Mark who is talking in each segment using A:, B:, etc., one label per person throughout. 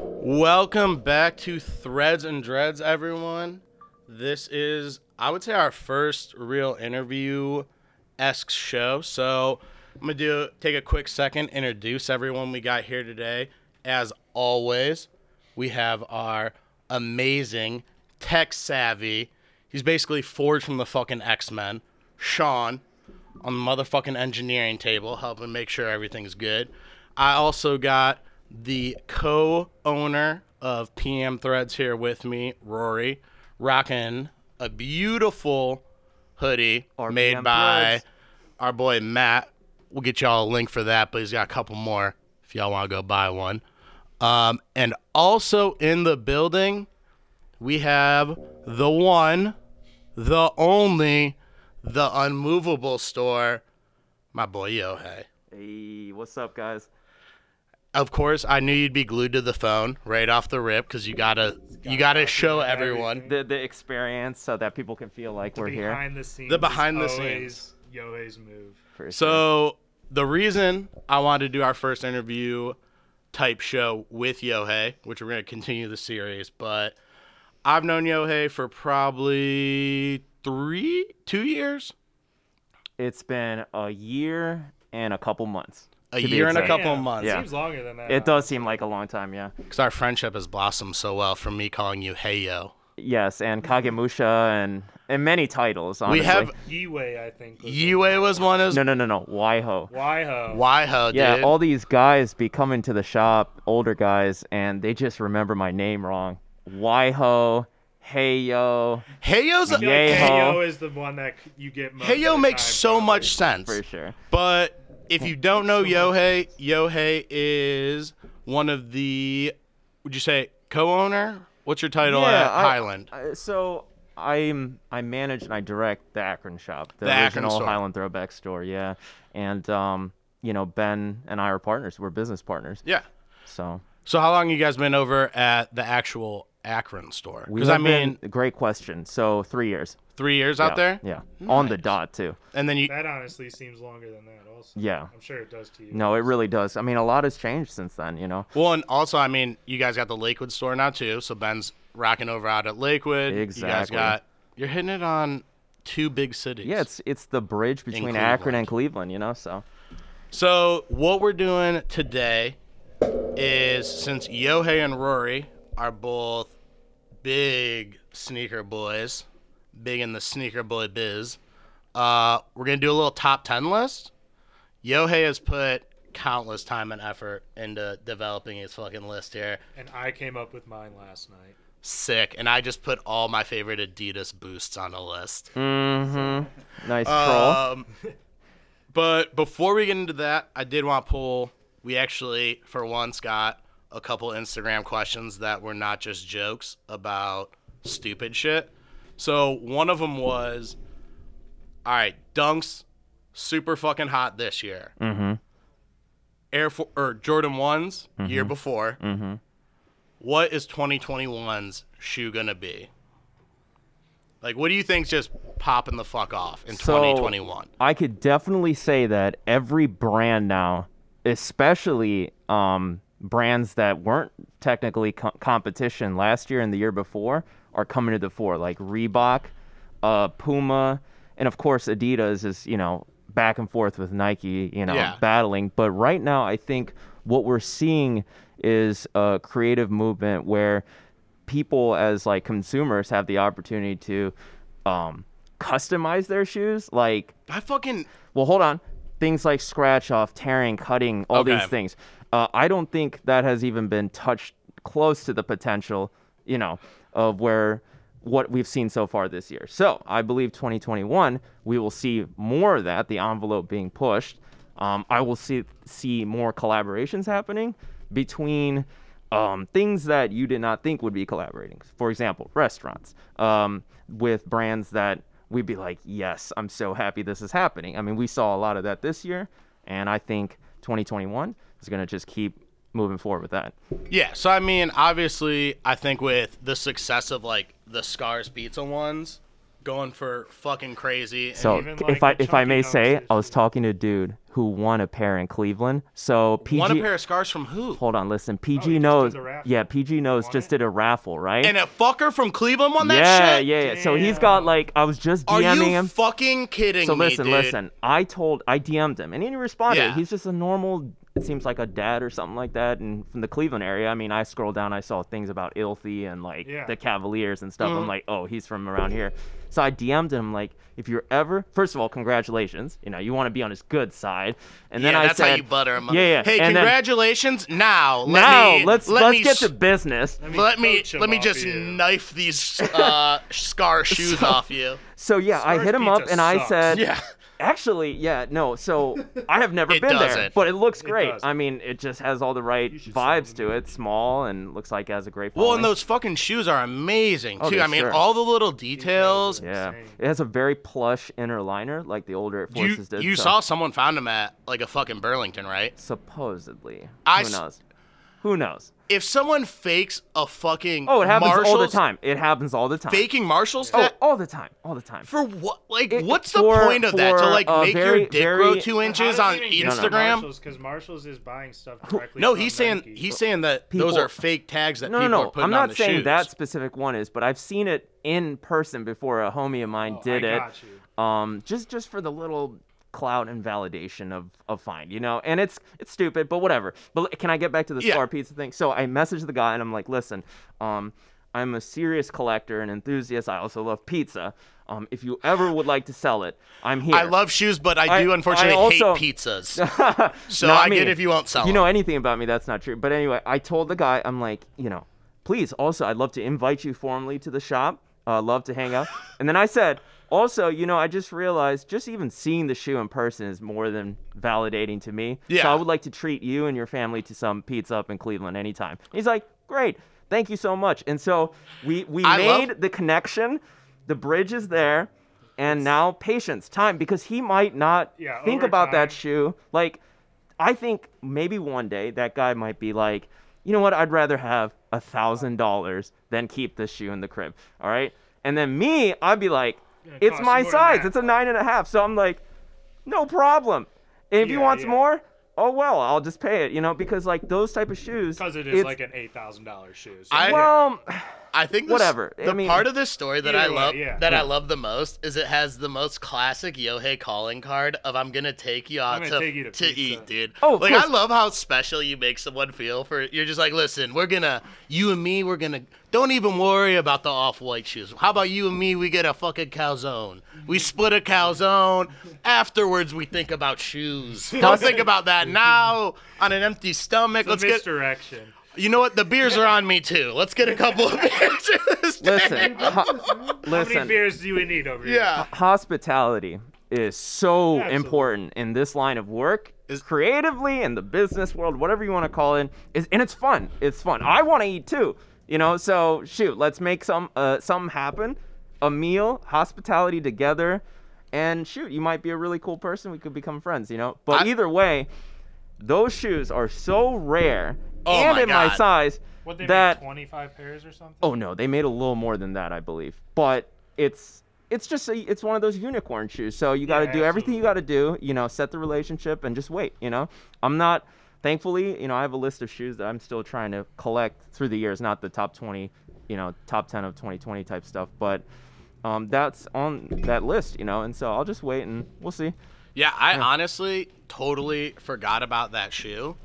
A: Welcome back to Threads and Dreads, everyone. This is, I would say, our first real interview esque show. So I'm gonna do take a quick second, introduce everyone we got here today. As always, we have our amazing, tech savvy. He's basically forged from the fucking X Men, Sean on the motherfucking engineering table, helping make sure everything's good. I also got the co-owner of PM Threads here with me, Rory, rocking a beautiful hoodie made
B: PM
A: by
B: Threads.
A: our boy Matt. We'll get y'all a link for that, but he's got a couple more if y'all want to go buy one. Um, and also in the building, we have the one, the only, the unmovable store, my boy Yohei.
B: Hey, what's up, guys?
A: Of course, I knew you'd be glued to the phone right off the rip because you gotta you gotta show everyone.
B: The the experience so that people can feel like we're here.
C: behind the scenes.
A: The behind
C: is
A: the
C: always Yohei's move.
B: for sure.
A: So the reason I wanted to do our first interview type show with Yohei, which we're gonna continue the series, but I've known Yohei for probably three, two years,
B: it's been a year and a couple months.
A: a
B: To be
A: year and a
B: exact.
A: couple of months.
B: Yeah.
C: Seems longer than that.
B: It does seem like a long time, yeah.
A: Because our friendship has blossomed so well from me calling you Hey Yo.
B: Yes, and Kagemusha and and many titles. Honestly.
A: We have
C: Yiwei, I think. was it.
A: Yue was one of
B: no, no, no, no. Waiho.
C: Waiho.
A: Waiho, dude.
B: Yeah, all these guys be coming to the shop, older guys, and they just remember my name wrong. Waiho, Heyo,
A: Heyo's
C: I feel like
B: Yeho.
C: Heyo is the one that c- you get most. of
A: Heyo
C: the
A: makes
C: time,
A: so
C: probably.
A: much sense.
B: for sure.
A: But if you don't know Yohei, Yohei is one of the would you say co-owner? What's your title
B: Yeah,
A: at
B: I-
A: Highland?
B: Uh, so I'm I manage and I direct the Akron shop, the,
A: The Akron
B: original
A: store.
B: Highland Throwback store. Yeah, and um, you know Ben and I are partners. We're business partners.
A: yeah.
B: So
A: So how long you guys been over at the actual Akron store?
B: we
A: Because I
B: have been-
A: mean,
B: great question. So three years
A: three years
B: Yeah,
A: out there,
B: Yeah, on the dot too.
A: and then you
C: That honestly seems longer than that, also.
B: Yeah.
C: I'm sure it does to you.
B: No, it really does. I mean, a lot has changed since then. You know.
A: Well, and also, I mean, you guys got the Lakewood store now too. So Ben's rocking over out at Lakewood. You guys
B: Exactly.
A: got you're hitting it on two big cities.
B: Yeah, it's it's the bridge between
A: Cleveland.
B: Akron and Cleveland. You know, so
A: So what we're doing today is since Yohei and Rory are both big sneaker boys, big in the sneaker boy biz, uh, we're gonna do a little top ten list. Yohei has put countless time and effort into developing his fucking list here.
C: And I came up with mine last night.
A: sick and i just put all my favorite adidas boosts on a list
B: nice troll.
A: um, but before we get into that i did want to pull we actually for once got a couple instagram questions that were not just jokes about stupid shit so one of them was all right dunks super fucking hot this year mm-hmm. air for or jordan ones year before mm-hmm. what is 2021's shoe gonna be like what do you think's just popping the fuck off in
B: So-
A: 2021
B: I could definitely say that every brand now, especially um, brands that weren't technically co- competition last year and the year before, are coming to the fore, like Reebok, uh, Puma, and of course Adidas is you know back and forth with Nike, you know
A: Yeah.
B: battling. But right now, I think what we're seeing is a creative movement where people as like consumers have the opportunity to um, customize their shoes, like
A: i fucking
B: well, hold on. Things like scratch off, tearing, cutting, all
A: Okay.
B: these things. Uh, I don't think that has even been touched close to the potential, you know, of where what we've seen so far this year. So I believe 2021 we will see more of that. The envelope being pushed. Um, I will see see more collaborations happening between um, things that you did not think would be collaborating. For example, restaurants um, with brands that we'd be like, yes, I'm so happy this is happening. I mean, we saw a lot of that this year, and I think 2021 is going to just keep moving forward with that.
A: Yeah, so I mean, obviously, I think with the success of like the Scars Pizza ones going for fucking crazy. And
B: So
C: even,
B: c-
C: like,
B: if I
C: the
B: if I may
C: chunky
B: say, I was
C: houses.
B: talking to a dude who won a pair in Cleveland. So PG,
A: One a pair of scars from who?
B: hold on, listen.
C: Oh, he
B: PG
C: just did
B: knows.
C: the raffle.
B: Yeah, PG knows.
C: Won
B: Just
C: it?
B: did a raffle, right?
A: And a fucker from Cleveland on that
B: yeah,
A: shit?
B: yeah, yeah. So he's got
C: Damn.
B: like I was just
A: Are
B: DMing
A: you
B: him.
A: fucking kidding
B: So
A: me?
B: listen,
A: dude?
B: listen. I told I DM'd him, and he responded.
A: Yeah.
B: He's just a normal. It seems like a dad or something like that, and from the Cleveland area. I mean, I scrolled down, I saw things about Ilthy and like
C: Yeah.
B: the Cavaliers and stuff.
A: Mm-hmm.
B: I'm like, oh, he's from around here. So I DM'd him like, if you're ever, first of all, congratulations. You know, you want to be on his good side, and then
A: yeah,
B: I
A: that's
B: said,
A: how you butter him up.
B: Yeah, yeah.
A: Hey,
B: and then-
A: congratulations! now, let
B: now
A: me,
B: let's
A: let
B: let's
A: me
B: get
A: s-
B: to business.
C: Let
A: let me
C: coach 'em
A: let me
C: off
A: just
C: you.
A: knife these uh, scar shoes off you.
B: So yeah, I
C: Scar's
B: hit him up
C: pizza
B: and I
C: sucks.
B: said,
A: Yeah.
B: Actually, yeah, no. So I have never
A: It
B: been there,
A: doesn't.
B: but it looks great.
C: doesn't.
B: I mean, it just has all the right
C: should
B: vibes
C: sell
B: to it. Small and looks like it has a great.
A: Well, and
B: following.
A: those fucking shoes are amazing
B: Oh,
A: too.
B: they're
A: I mean,
B: sure.
A: all the little details.
B: Yeah,
C: insane.
B: it has a very plush inner liner, like the older Air
A: You,
B: Forces did.
A: you
B: so-
A: saw someone found them at like a fucking Burlington, right?
B: supposedly.
A: I
B: Who
A: s-
B: knows? Who knows?
A: If someone fakes a fucking
B: Oh, it happens
A: Marshalls,
B: all the time. It happens all the time.
A: Faking Marshalls,
B: Oh,
A: that,
B: all the time. All the time.
A: for what? Like,
B: It-
A: what's
B: for-
A: the point of that? To
B: for,
A: like
B: uh,
A: make
B: very-
A: your dick grow
B: very-
A: two inches
C: How
A: on
C: does it even get to
A: Instagram?
C: Marshalls? Because Marshalls is buying stuff directly.
A: No,
C: from
A: he's saying
C: Nike.
A: he's saying that those
B: People-
A: are fake tags that
B: No, no,
A: people are
B: no.
A: putting
B: I'm
A: on
B: not
A: the
B: saying
A: shoes.
B: that specific one is, but I've seen it in person before. A homie of mine
C: Oh,
B: did
C: I
B: it.
C: got you.
B: um just just for the little clout and validation of of fine you know and it's it's stupid but whatever but l- can i get back to the
A: Yeah.
B: star pizza thing so i messaged the guy and i'm like listen um i'm a serious collector and enthusiast i also love pizza um if you ever would like to sell it i'm here
A: I love shoes, but I,
B: I-
A: do unfortunately
B: I also-
A: hate pizzas. So
B: Not
A: I
B: me.
A: get if you won't sell.
B: you know anything about me that's not true but anyway i told the guy i'm like you know please also i'd love to invite you formally to the shop uh, love to hang out and then i said also you know i just realized just even seeing the shoe in person is more than validating to me so
A: Yeah.
B: i would like to treat you and your family to some pizza up in cleveland anytime he's like great thank you so much and so we we
A: I
B: made
A: love-
B: the connection the bridge is there and now patience time because he might not
C: Yeah,
B: think
C: over
B: about that
C: time.
B: shoe like I think maybe one day that guy might be like, you know what? I'd rather have a thousand dollars than keep this shoe in the crib. All right. And then me, I'd be like,
C: Gonna
B: it's
C: cost
B: my
C: you more than
B: size.
C: that.
B: It's a nine and a half. So I'm like, no problem. And if he
C: Yeah,
B: wants
C: yeah.
B: more, oh well, I'll just pay it. You know, because like those type of shoes.
C: because it is
B: it's-
C: like an eight thousand dollars shoe. So
A: I-
B: Well,
A: I think this,
B: Whatever. I
A: The
B: mean-
A: part of this story that I
C: Either way,
A: love
C: yeah.
A: that I love the most is it has the most classic Yohei calling card of "I'm gonna take you out
C: gonna
A: to,
C: take you to pizza."
A: eat, dude."
B: Oh, of
A: like I
B: course.
A: love how special you make someone feel for. You're just like, listen, we're gonna you and me, we're gonna don't even worry about the off-white shoes. How about you and me? We get a fucking calzone. We split a calzone. Afterwards, we think about shoes. Don't think about that now on an empty stomach.
C: it's
A: Let's
C: a
A: get
C: misdirection.
A: you know what? The beers are on me too. Let's get a couple of beers. in this
B: listen,
A: tank.
B: ho-
C: How many
B: listen.
C: beers do you need over here?
A: Yeah.
B: Hospitality is so
C: Absolutely.
B: important in this line of work,
A: Is-
B: creatively in the business world, whatever you want to call it. Is and it's fun. It's fun. I want to eat too. You know, so shoot, let's make some uh, something happen. A meal, hospitality together, and shoot, you might be a really cool person. We could become friends. You know, but
A: I-
B: either way, those shoes are so rare
A: Oh
B: and
A: my
B: in my
A: God.
B: size
C: What they
B: that
C: make twenty five pairs or something?
B: Oh no, they made a little more than that, I believe. But it's it's just a, it's one of those unicorn shoes. So you got to
C: Yeah,
B: do everything you got to do. You know, set the relationship and just wait. You know, I'm not. Thankfully, you know, I have a list of shoes that I'm still trying to collect through the years. Not the top 20, you know, top 10 of 2020 type stuff, but um, that's on that list. You know, and so I'll just wait and we'll see.
A: Yeah, I honestly totally forgot about that shoe,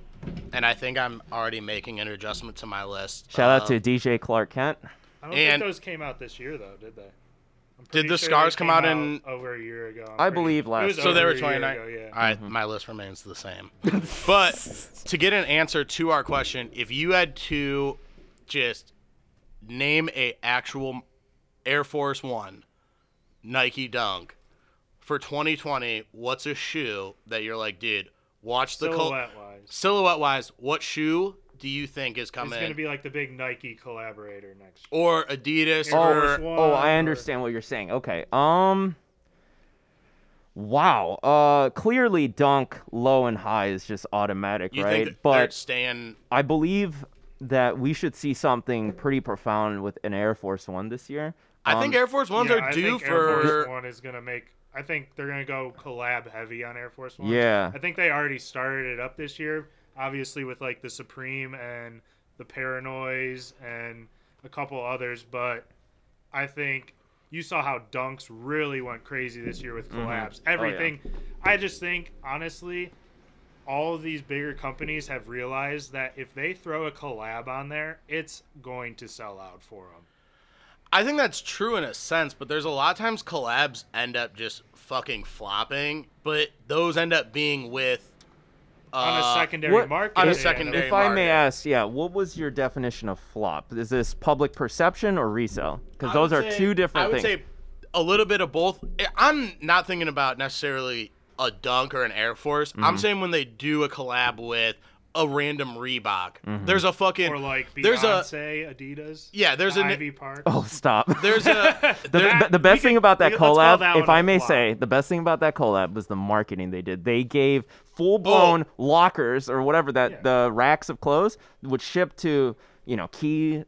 A: and I think I'm already making an adjustment to my list.
B: Shout
A: Uh,
B: out to DJ Clark Kent.
C: I don't
A: and-
C: think those came out this year though, did they? I'm
A: Did
C: pretty
A: the
C: sure
A: scars
C: they
A: come
C: came
A: out in-
C: over a year ago? I'm
B: I
C: pretty-
B: believe
C: it
B: last-
C: was
B: So
A: So
C: over
A: they
C: a
A: were
C: year
A: 29.
C: ago, yeah.
A: All right, my list remains the same. but to get an answer to our question, if you had to just name a actual Air Force 1 Nike Dunk for 2020, what's a shoe that you're like, dude, watch the col- Oh,
C: Silhouette wise,
A: silhouette wise, what shoe do you think is
C: it's
A: coming?
C: gonna be like the big Nike collaborator next. year.
A: or Adidas
C: Air Force
A: or
C: One
B: Oh, I
C: or-
B: understand what you're saying. Okay. Um. Wow. Uh. Clearly, dunk low and high is just automatic,
A: you think
B: right?
A: that they're
B: But
A: staying
B: I believe that we should see something pretty profound with an Air Force One this year.
A: I think
B: Um,
A: Air Force Ones
C: Yeah,
A: are
C: I
A: due
C: think Air Force
A: for.
C: One is gonna make. I think they're gonna go collab heavy on Air Force One.
B: Yeah.
C: I think they already started it up this year, obviously with like the Supreme and the Paranoise and a couple others. But I think you saw how Dunks really went crazy this year
A: Mm-hmm.
C: with
A: Oh,
C: collabs. Everything. I just think honestly, all of these bigger companies have realized that if they throw a collab on there, it's going to sell out for them.
A: I think that's true in a sense, but there's a lot of times collabs end up just fucking flopping, but those end up being with. Uh,
C: on a secondary
B: what-
C: market.
A: on a
C: they end up-
A: secondary-
B: If I may ask, yeah, what was your definition of flop? Is this public perception or resale? Because
A: I
B: those are
A: would say-
B: two different
A: I would
B: things.
A: say a little bit of both. I- I'm not thinking about necessarily a dunk or an Air Force.
B: Mm-hmm.
A: I'm saying when they do a collab with a random Reebok,
B: Mm-hmm.
A: there's a fucking
C: Or like Beyonce,
A: there's a
C: Adidas.
A: yeah there's
C: the
A: an
C: Ivy Park.
B: oh, stop.
A: there's a there-
B: the,
C: that-
B: the
C: we
B: best thing
C: could-
B: about that
C: we could- let's call
B: collab,
C: that
B: if
C: one
B: I
C: a
B: may
C: flop.
B: say, the best thing about that collab was the marketing they did. They gave full blown lockers or whatever that
C: Yeah.
B: the racks of clothes would ship to, you know, key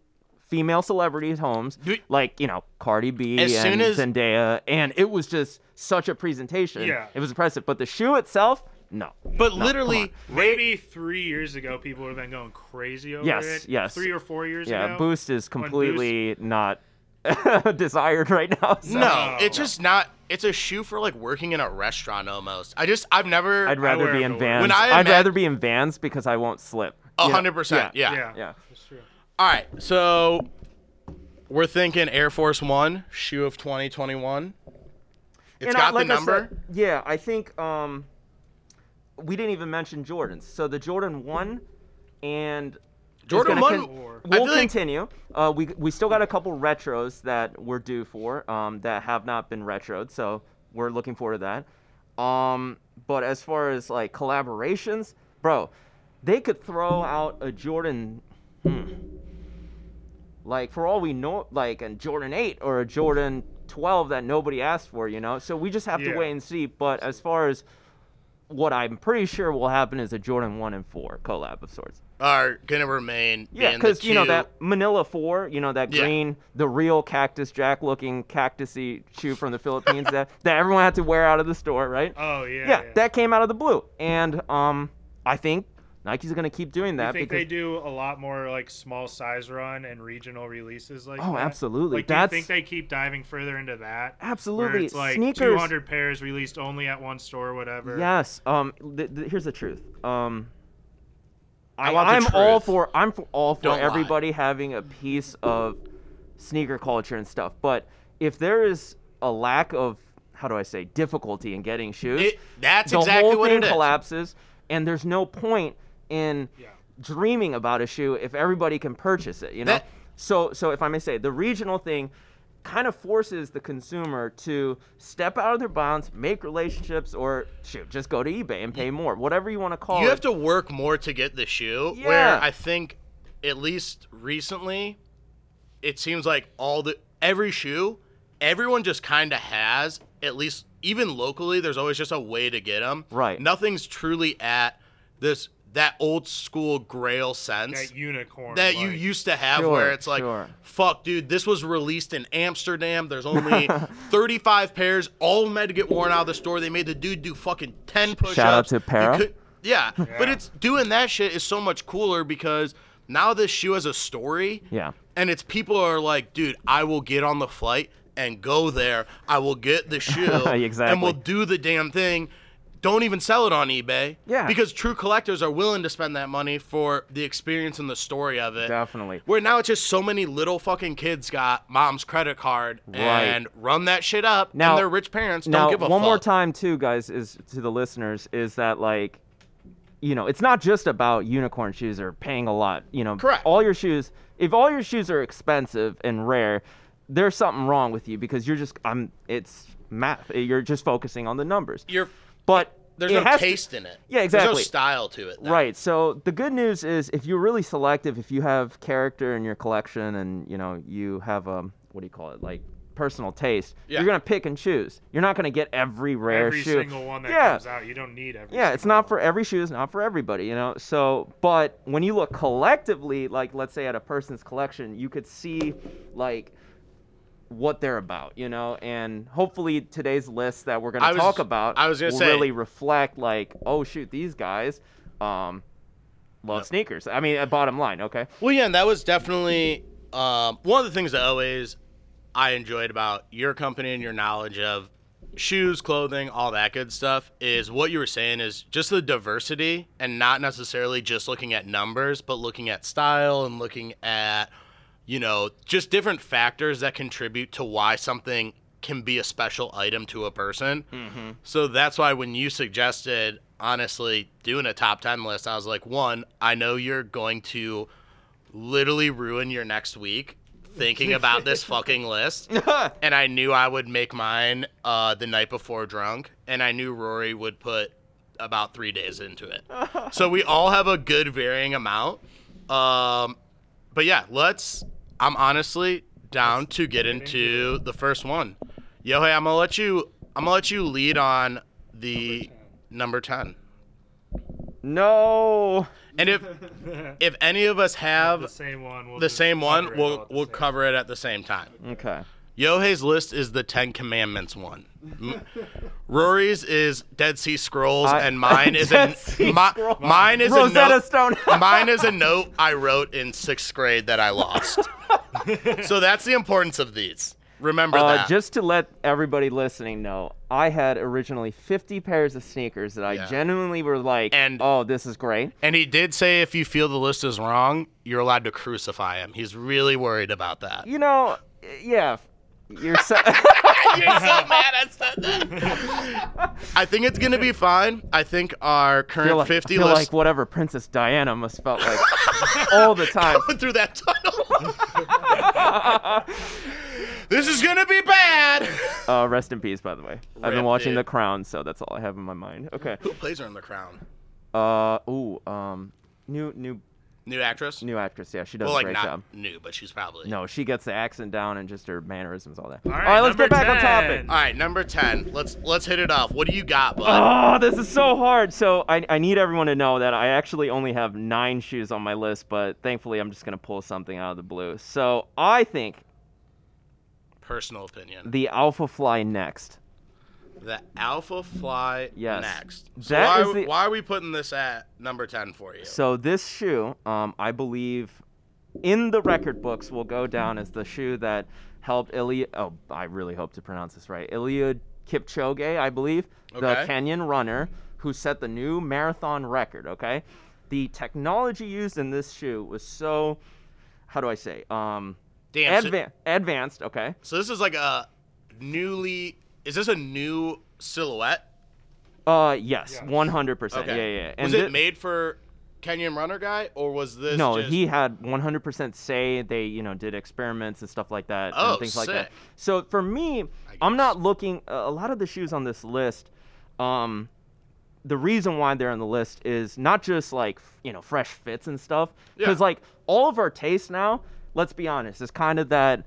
B: female celebrities' homes,
A: Do-
B: like you know Cardi B
A: As
B: and
A: soon as-
B: Zendaya, and it was just such a presentation.
C: Yeah.
B: it was impressive. But the shoe itself, no.
A: but
B: No, come on.
A: literally
C: Maybe three years ago, people would have been going crazy over
B: Yes,
C: it.
B: yes.
C: Three or four years
B: yeah,
C: ago.
B: Boost is
C: Boost-
B: completely not desired right now. so
A: no it's
C: No.
A: just not it's a shoe for like working in a restaurant almost. I just I've never
B: I'd
C: I
B: rather
C: wear
B: be
C: it
B: in
C: to work.
B: Vans.
A: When I
B: I'd
A: ima-
B: rather be in Vans because I won't slip. You
A: a
B: know?
A: hundred percent
B: Yeah.
A: yeah.
C: Yeah.
B: Yeah.
C: That's true.
A: All right, so we're thinking Air Force One shoe of 2021. It's
B: And I-
A: got
B: like
A: the
B: I
A: number.
B: said- yeah, I think um, we didn't even mention Jordans. So the Jordan one and is
A: Jordan
B: gonna
A: 1
C: Or-
A: I
B: we'll
A: feel like-
B: continue. Uh, we we still got a couple retros that we're due for um, that have not been retroed, so we're looking forward to that. Um, but as far as like collaborations, bro, they could throw out a Jordan. hmm. Like for all we know, like a Jordan eight or a Jordan twelve that nobody asked for, you know. So we just have to
C: Yeah.
B: wait and see. But as far as what I'm pretty sure will happen is a Jordan one and four collab of sorts.
A: are gonna remain. being
B: Yeah,
A: the
B: because you know
A: two-
B: that Manila Four, you know that
A: Yeah.
B: green, the real cactus jack looking cactusy shoe from the Philippines that that everyone had to wear out of the store, right?
C: Oh yeah.
B: yeah, that came out of the blue, and um, I think Nike's gonna keep doing
C: I
B: that
C: think
B: because
C: they do a lot more like small size run and regional releases like
B: Oh,
C: that?
B: absolutely.
C: Like, do you
B: That's-
C: think they keep diving further into that? Where
B: Absolutely.
C: it's like
B: Sneakers-
C: 200 pairs released only at one store, or whatever.
B: yes, um, th- th- here's the truth, um. I,
A: want the
B: am all
A: truth.
B: for I'm for all for
A: Don't lie.
B: everybody having a piece of sneaker culture and stuff, but if there is a lack of how do I say difficulty in getting shoes,
A: It- that's
B: the
A: exactly
B: whole
A: what
B: thing
A: it is.
B: collapses, and there's no point in
C: Yeah.
B: dreaming about a shoe if everybody can purchase it. You know,
A: That-
B: so so if I may say, the regional thing kind of forces the consumer to step out of their bounds, make relationships, or shoot, just go to eBay and pay more, whatever you want to call
A: you
B: it.
A: have to work more to get the shoe.
B: Yeah.
A: Where I think, at least recently, it seems like all the every shoe, everyone just kind of has. At least even locally, there's always just a way to get them.
B: Right.
A: Nothing's truly at this that old school Grail sense.
C: That unicorn.
A: that you
C: like-
A: used to have
B: Sure,
A: where it's like
B: sure.
A: fuck dude this was released in amsterdam there's only 35 pairs all meant to get worn out of the store they made the dude do fucking 10 push-ups
B: shout out to
A: He
B: Para.
A: could- yeah. but it's doing that shit is so much cooler because now this shoe has a story
B: Yeah.
A: and it's people are like dude i will get on the flight and go there i will get the shoe and
B: Exactly.
A: we'll do the damn thing don't even sell it on ebay
B: Yeah.
A: because true collectors are willing to spend that money for the experience and the story of it.
B: Definitely.
A: Where now it's just so many little fucking kids got mom's credit card and run that shit up,
B: Now-
A: and their rich parents
B: now
A: don't give a
B: one
A: fuck.
B: more time too guys is to the listeners is that like you know it's not just about unicorn shoes or paying a lot you know
A: Correct.
B: all your shoes if all your shoes are expensive and rare there's something wrong with you because you're just i'm it's math you're just focusing on the numbers
A: You're
B: but
A: there's
B: it
A: no
B: has to-
A: taste in it.
B: Yeah,
A: There's no
B: exactly.
A: style to it. then.
B: Right. So the good news is if you're really selective, if you have character in your collection and you know you have um what do you call it like personal taste,
A: Yeah.
B: you're gonna pick and choose. You're not gonna get every rare
C: every
B: shoe.
C: single one that
B: yeah.
C: comes out. You don't need every.
B: Yeah, it's
C: single
B: not
C: one.
B: for every shoe. It's not for everybody, you know. So, but when you look collectively, like let's say at a person's collection, you could see like what they're about, you know, and hopefully today's list that we're gonna
A: I was-
B: talk about
A: I was gonna
B: will
A: say-
B: really reflect like, oh shoot, these guys um love sneakers. I mean, uh, bottom line, okay.
A: Well, yeah, and that was definitely um, one of the things that always I enjoyed about your company and your knowledge of shoes, clothing, all that good stuff is what you were saying is just the diversity and not necessarily just looking at numbers, but looking at style and looking at, you know, just different factors that contribute to why something can be a special item to a person. So that's why when you suggested, honestly, doing a top 10 list, I was like, one, I know you're going to literally ruin your next week thinking about this fucking list. And I knew I would make mine uh, the night before drunk. And I knew Rory would put about three days into it. so we all have a good varying amount. Um, but yeah, let's. I'm honestly down to get into the first one. Yo, hey, I'm gonna let you. I'm gonna let you lead on the number ten.
B: No.
A: And if if any of us
C: the
A: have
C: same one. We'll
A: the
C: just
A: same
C: cover
A: one,
C: it all
A: we'll
C: at the
A: we'll
C: same-
A: cover it at the same time.
B: Okay.
A: Yohei's list is the Ten Commandments one. M- Rory's is Dead Sea Scrolls,
B: I-
A: and mine is
B: Dead
A: a
B: Sea
A: mi-
B: Scrolls.
A: mine is a
B: Rosetta
A: note,
B: Stone.
A: mine is a note I wrote in sixth grade that I lost. so that's the importance of these. Remember
B: Uh,
A: that.
B: just to let everybody listening know, I had originally 50 pairs of sneakers that I
A: Yeah.
B: genuinely were like,
A: And-
B: oh, this is great.
A: and he did say if you feel the list is wrong, you're allowed to crucify him. He's really worried about that.
B: You know, yeah, you're so.
A: You're so mad I said that. I think it's gonna be fine. I think our
B: I feel
A: current
B: like, I
A: fifty
B: feel
A: list
B: like whatever Princess Diana must felt like all the time.
A: going through that tunnel. this is gonna be bad.
B: Uh, rest in peace, by the way. I've
A: Rip,
B: been watching
A: dude.
B: The Crown, so that's all I have in my mind. Okay.
A: Who plays her in The Crown?
B: Uh, ooh, um, new new
A: New actress?
B: new actress. Yeah, she does
A: well,
B: a
A: like
B: great
A: not
B: job.
A: new, but she's probably.
B: No, she gets the accent down and just her mannerisms, all that. All
C: right,
B: let's
C: number
B: get back on
C: 10.
B: topic.
A: All right, number ten. Let's let's hit it off. What do you got, bud?
B: Oh, this is so hard. So I, I need everyone to know that I actually only have nine shoes on my list, but thankfully I'm just gonna pull something out of the blue. So I think
A: Personal opinion.
B: the Alpha Fly next.
A: The Alpha Fly.
B: Yes.
A: Next. So
B: That
A: why,
B: is the-
A: why are we putting this at number ten for you?
B: So this shoe, um, I believe, in the record books will go down as the shoe that helped Ilya. Oh, I really hope to pronounce this right. Ilya Kipchoge, I believe, the
A: Okay.
B: Kenyan runner who set the new marathon record. Okay, the technology used in this shoe was so, how do I say, um,
A: Damn. so-
B: adva- advanced. Okay,
A: so this is like a newly. Is this a new silhouette?
B: uh, yes,
C: Yes.
B: one hundred percent. Yeah,
A: Okay.
B: yeah. yeah.
A: was
B: thi-
A: it made for Kenyan runner guy, or was this?
B: No,
A: just-
B: he had 100% say. They, you know, did experiments and stuff like that
A: Oh,
B: and things like that.
A: sick.
B: So for me,
A: I
B: I'm
A: guess.
B: not looking. A a lot of the shoes on this list, um, the reason why they're on the list is not just like f- you know fresh fits and stuff, because
A: Yeah.
B: like all of our taste now, let's be honest, is kind of that.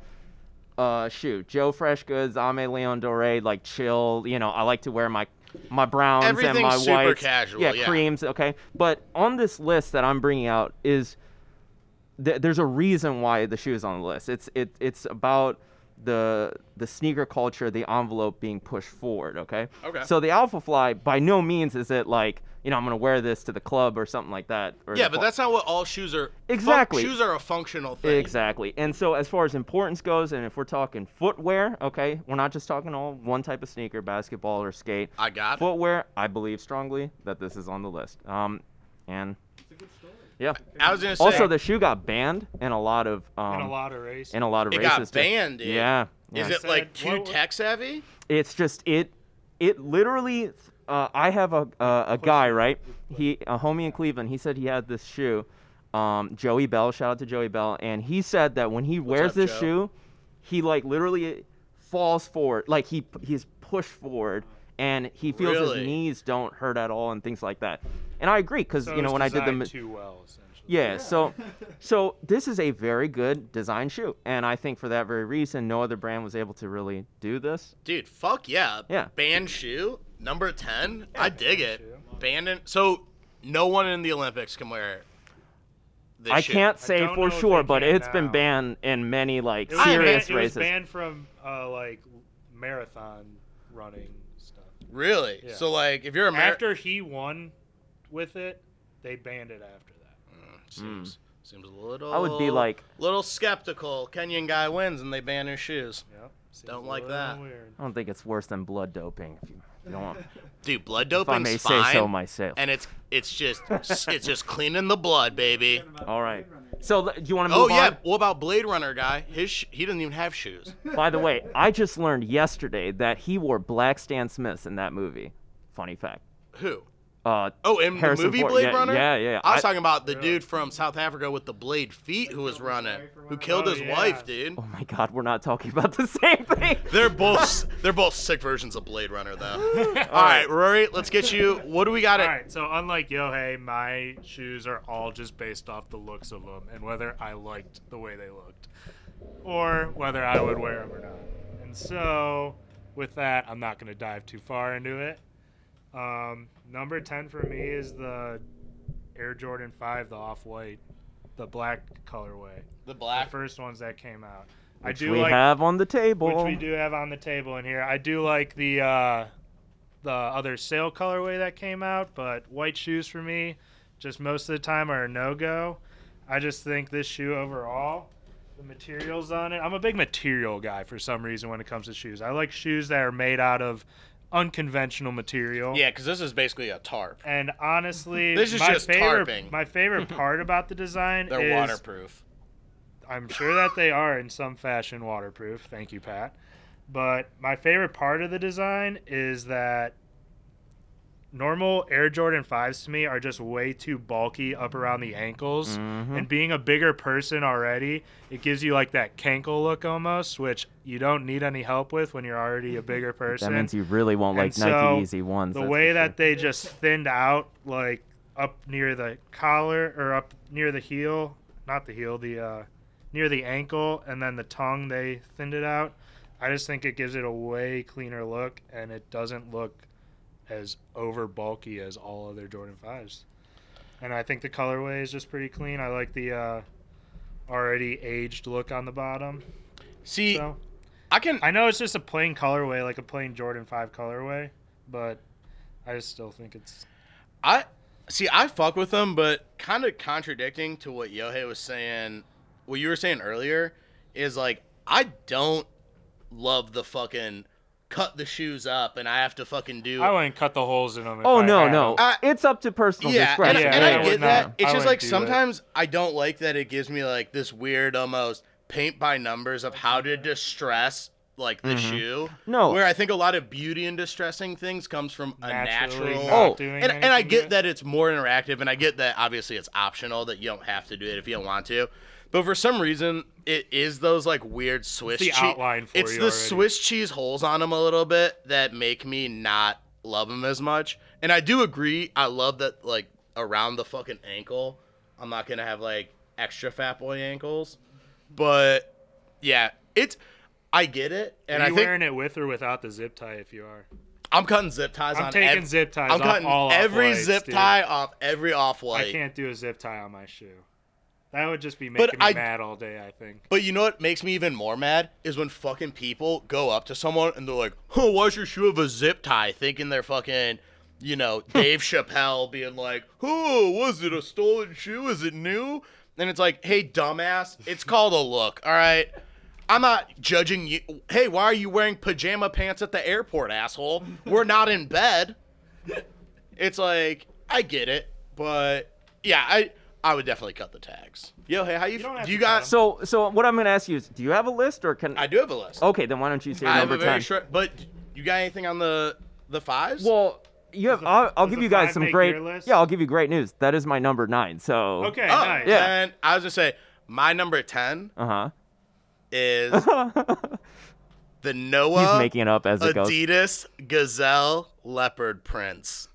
B: Uh, shoot, Joe Fresh Goods, Ame Leon Dore, like chill. You know, I like to wear my my browns and
A: Everything's
B: my
A: super
B: whites.
A: casual,
B: yeah,
A: yeah.
B: creams. Okay, but on this list that I'm bringing out is th- there's a reason why the shoe is on the list. It's it it's about the the sneaker culture, the envelope being pushed forward. Okay.
A: Okay.
B: So the Alpha Fly, by no means is it like you know I'm gonna wear this to the club or something like that. Or
A: Yeah,
B: the
A: but
B: bar.
A: that's not what all shoes are. fun-
B: Exactly.
A: shoes are a functional thing.
B: Exactly. And so, as far as importance goes, and if we're talking footwear, okay, we're not just talking all one type of sneaker, basketball or skate.
A: I got it.
B: footwear, I believe strongly that this is on the list. Um, and yeah.
A: I was gonna say.
B: Also, the shoe got banned in a lot of um
C: in a lot of races.
B: in a lot of
A: It
B: races.
A: got
B: too.
A: banned, dude.
B: Yeah. yeah.
A: is it
C: said,
A: like too
C: what-
A: tech savvy?
B: It's just it. It literally. Uh, I have a uh, a guy right. He a homie in Cleveland. He said he had this shoe. Um, Joey Bell. Shout out to Joey Bell. And he said that when he wears
A: up,
B: this
A: Joe?
B: shoe, he like literally falls forward. Like he he's pushed forward, and he feels
A: Really?
B: his knees don't hurt at all and things like that. And I agree because
C: So
B: you know
C: it's
B: when I did the
C: designed
B: ma-
C: too well, essentially.
B: yeah, so so this is a very good design shoe, and I think for that very reason, no other brand was able to really do this.
A: Dude, fuck yeah.
B: Yeah.
A: Banned shoe number ten. I dig it. Banned. In, so no one in the Olympics can wear it.
D: this
B: I
D: year.
B: can't say
C: don't know
B: for
C: if they
B: sure, but
C: can
B: it's been
C: now.
B: banned in many like
C: It was
B: serious
C: banned,
B: races.
C: It was banned from uh, like marathon running stuff.
A: Really?
C: Yeah.
A: So like, if you're a Mar-
C: after he won with it, they banned it after that.
A: seems seems a little.
B: Hmm. I would be like,
A: little skeptical. Kenyan guy wins and they ban his shoes.
C: Yep. Seems
A: Don't
C: a
A: like
C: little
A: that.
C: Weird.
B: I don't think it's worse than blood doping. If you, you don't want,
D: dude, blood
B: if I
D: doping's
B: may
D: fine,
B: say so myself.
D: and it's it's just it's just cleaning the blood, baby.
B: All right. So l- do you want to move
A: Oh
B: on?
A: yeah. What about Blade Runner guy? His sh- he doesn't even have shoes.
B: By the way, I just learned yesterday that he wore black Stan Smiths in that movie. Funny fact.
A: Who?
B: Uh,
A: Oh, in
B: Harrison
A: the movie
B: Ford.
A: Blade
B: Yeah,
A: Runner?
B: yeah, yeah.
A: I was
B: I-
A: talking about the dude from South Africa with the blade feet who was running, who killed
C: Oh,
A: his
C: yeah.
A: wife, dude.
B: oh my God, we're not talking about the same thing.
A: They're both they're both sick versions of Blade Runner though. all right, Rory, let's get you. What do we got?
C: All
A: At,
C: right, so unlike Yohei, my shoes are all just based off the looks of them and whether I liked the way they looked or whether I would wear them or not. And so, with that, I'm not going to dive too far into it. Um, number 10 for me is the Air Jordan 5, the off white, the black colorway.
A: The
C: The
A: black.
C: first ones that came out. I
B: Which
C: do
B: we
C: like
B: have on the table.
C: which we do have on the table in here. I do like the uh, the other sale colorway that came out, but white shoes for me, just most of the time are a no go. I just think this shoe overall, the materials on it. I'm a big material guy for some reason when it comes to shoes. I like shoes that are made out of unconventional material.
A: Yeah, because this is basically a tarp.
C: And honestly,
A: This is
C: my
A: just
C: favorite,
A: tarping.
C: My favorite part about the design
A: They're
C: is
A: waterproof.
C: I'm sure that they are in some fashion waterproof. Thank you, Pat. But my favorite part of the design is that normal Air Jordan 5s to me are just way too bulky up around the ankles.
B: Mhm.
C: And being a bigger person already, it gives you like that cankle look almost, which you don't need any help with when you're already a bigger person
B: That means you really won't like
C: and so,
B: Nike Easy ones.
C: the
B: that's
C: way
B: for
C: that they just thinned out like up near the collar or up near the heel not the heel the uh near the ankle and then the tongue they thinned it out i just think it gives it a way cleaner look and it doesn't look as over bulky as all other jordan 5s and i think the colorway is just pretty clean i like the uh already aged look on the bottom
A: See,
C: so
A: I can.
C: I know it's just a plain colorway, like a plain Jordan Five colorway, but I just still think it's
A: I see. I fuck with them, but kind of contradicting to what Yohei was saying. What you were saying earlier is like I don't love the fucking cut the shoes up, and I have to fucking do.
C: I wouldn't cut the holes in them.
B: Oh no, no.
A: Uh,
B: it's up to personal
A: yeah, and,
B: discretion.
C: Yeah,
A: and
C: yeah,
A: I
C: I
A: get
C: would
A: that.
C: not-
A: It's
C: I
A: just
C: wouldn't
A: like
C: do it.
A: sometimes I don't like that it gives me like this weird almost paint by numbers of how to distress like the
C: Mm-hmm.
A: shoe.
B: No.
A: where I think a lot of beauty in distressing things comes from a
C: Naturally
A: natural.
C: not
B: Oh,
C: doing
A: and, and I
C: anything to
A: get
C: it.
A: that it's more interactive, and I get that obviously it's optional that you don't have to do it if you don't want to. But for some reason, it is those like weird Swiss.
C: the
A: chee-
C: outline for
A: It's
C: you
A: the
C: already.
A: Swiss cheese holes on them a little bit that make me not love them as much. And I do agree. I love that like around the fucking ankle. I'm not gonna have like extra fat boy ankles, but yeah, it's. I get it, and
C: Are
A: I
C: you
A: think
C: wearing it with or without the zip tie? If you are,
A: I'm cutting zip ties.
C: I'm
A: on
C: taking
A: ev-
C: zip ties.
A: I'm
C: off
A: cutting
C: all
A: every
C: Off-Whites,
A: zip
C: dude.
A: tie off every off
C: I
A: white.
C: can't do a zip tie on my shoe. That would just be
A: But
C: making
A: I-
C: me mad all day. I think.
A: But you know what makes me even more mad is when fucking people go up to someone and they're like, "Oh, why's your shoe have a zip tie?" Thinking they're fucking, you know, Dave Chappelle being like, "Oh, was it a stolen shoe? Is it new?" And it's like, "Hey, dumbass, it's called a look. All right." I'm not judging you. Hey, why are you wearing pajama pants at the airport, asshole? We're not in bed. It's like I get it, but yeah, I I would definitely cut the tags. Yo, hey, how you?
C: don't have
A: do you
C: to cut
A: got?
C: 'em.
B: So so what I'm going to ask you is do you have a list or can
A: I do have a list.
B: Okay, then why don't you say
A: I have
B: Oh, number
A: a very
B: 10?
A: short. But you got anything on the the fives?
B: Well, you have
C: the-
B: I'll, I'll
C: does
B: give
C: the
B: you guys
C: five
B: some
C: make
B: great
C: your list?
B: Yeah, I'll give you great news. That is my number 9. So
C: Okay,
A: oh,
C: nice.
B: Yeah.
A: then I was gonna say my number ten
B: Uh-huh.
A: is the
B: He's
A: Noah
B: making it up as it goes.
A: Adidas Gazelle Leopard Prints.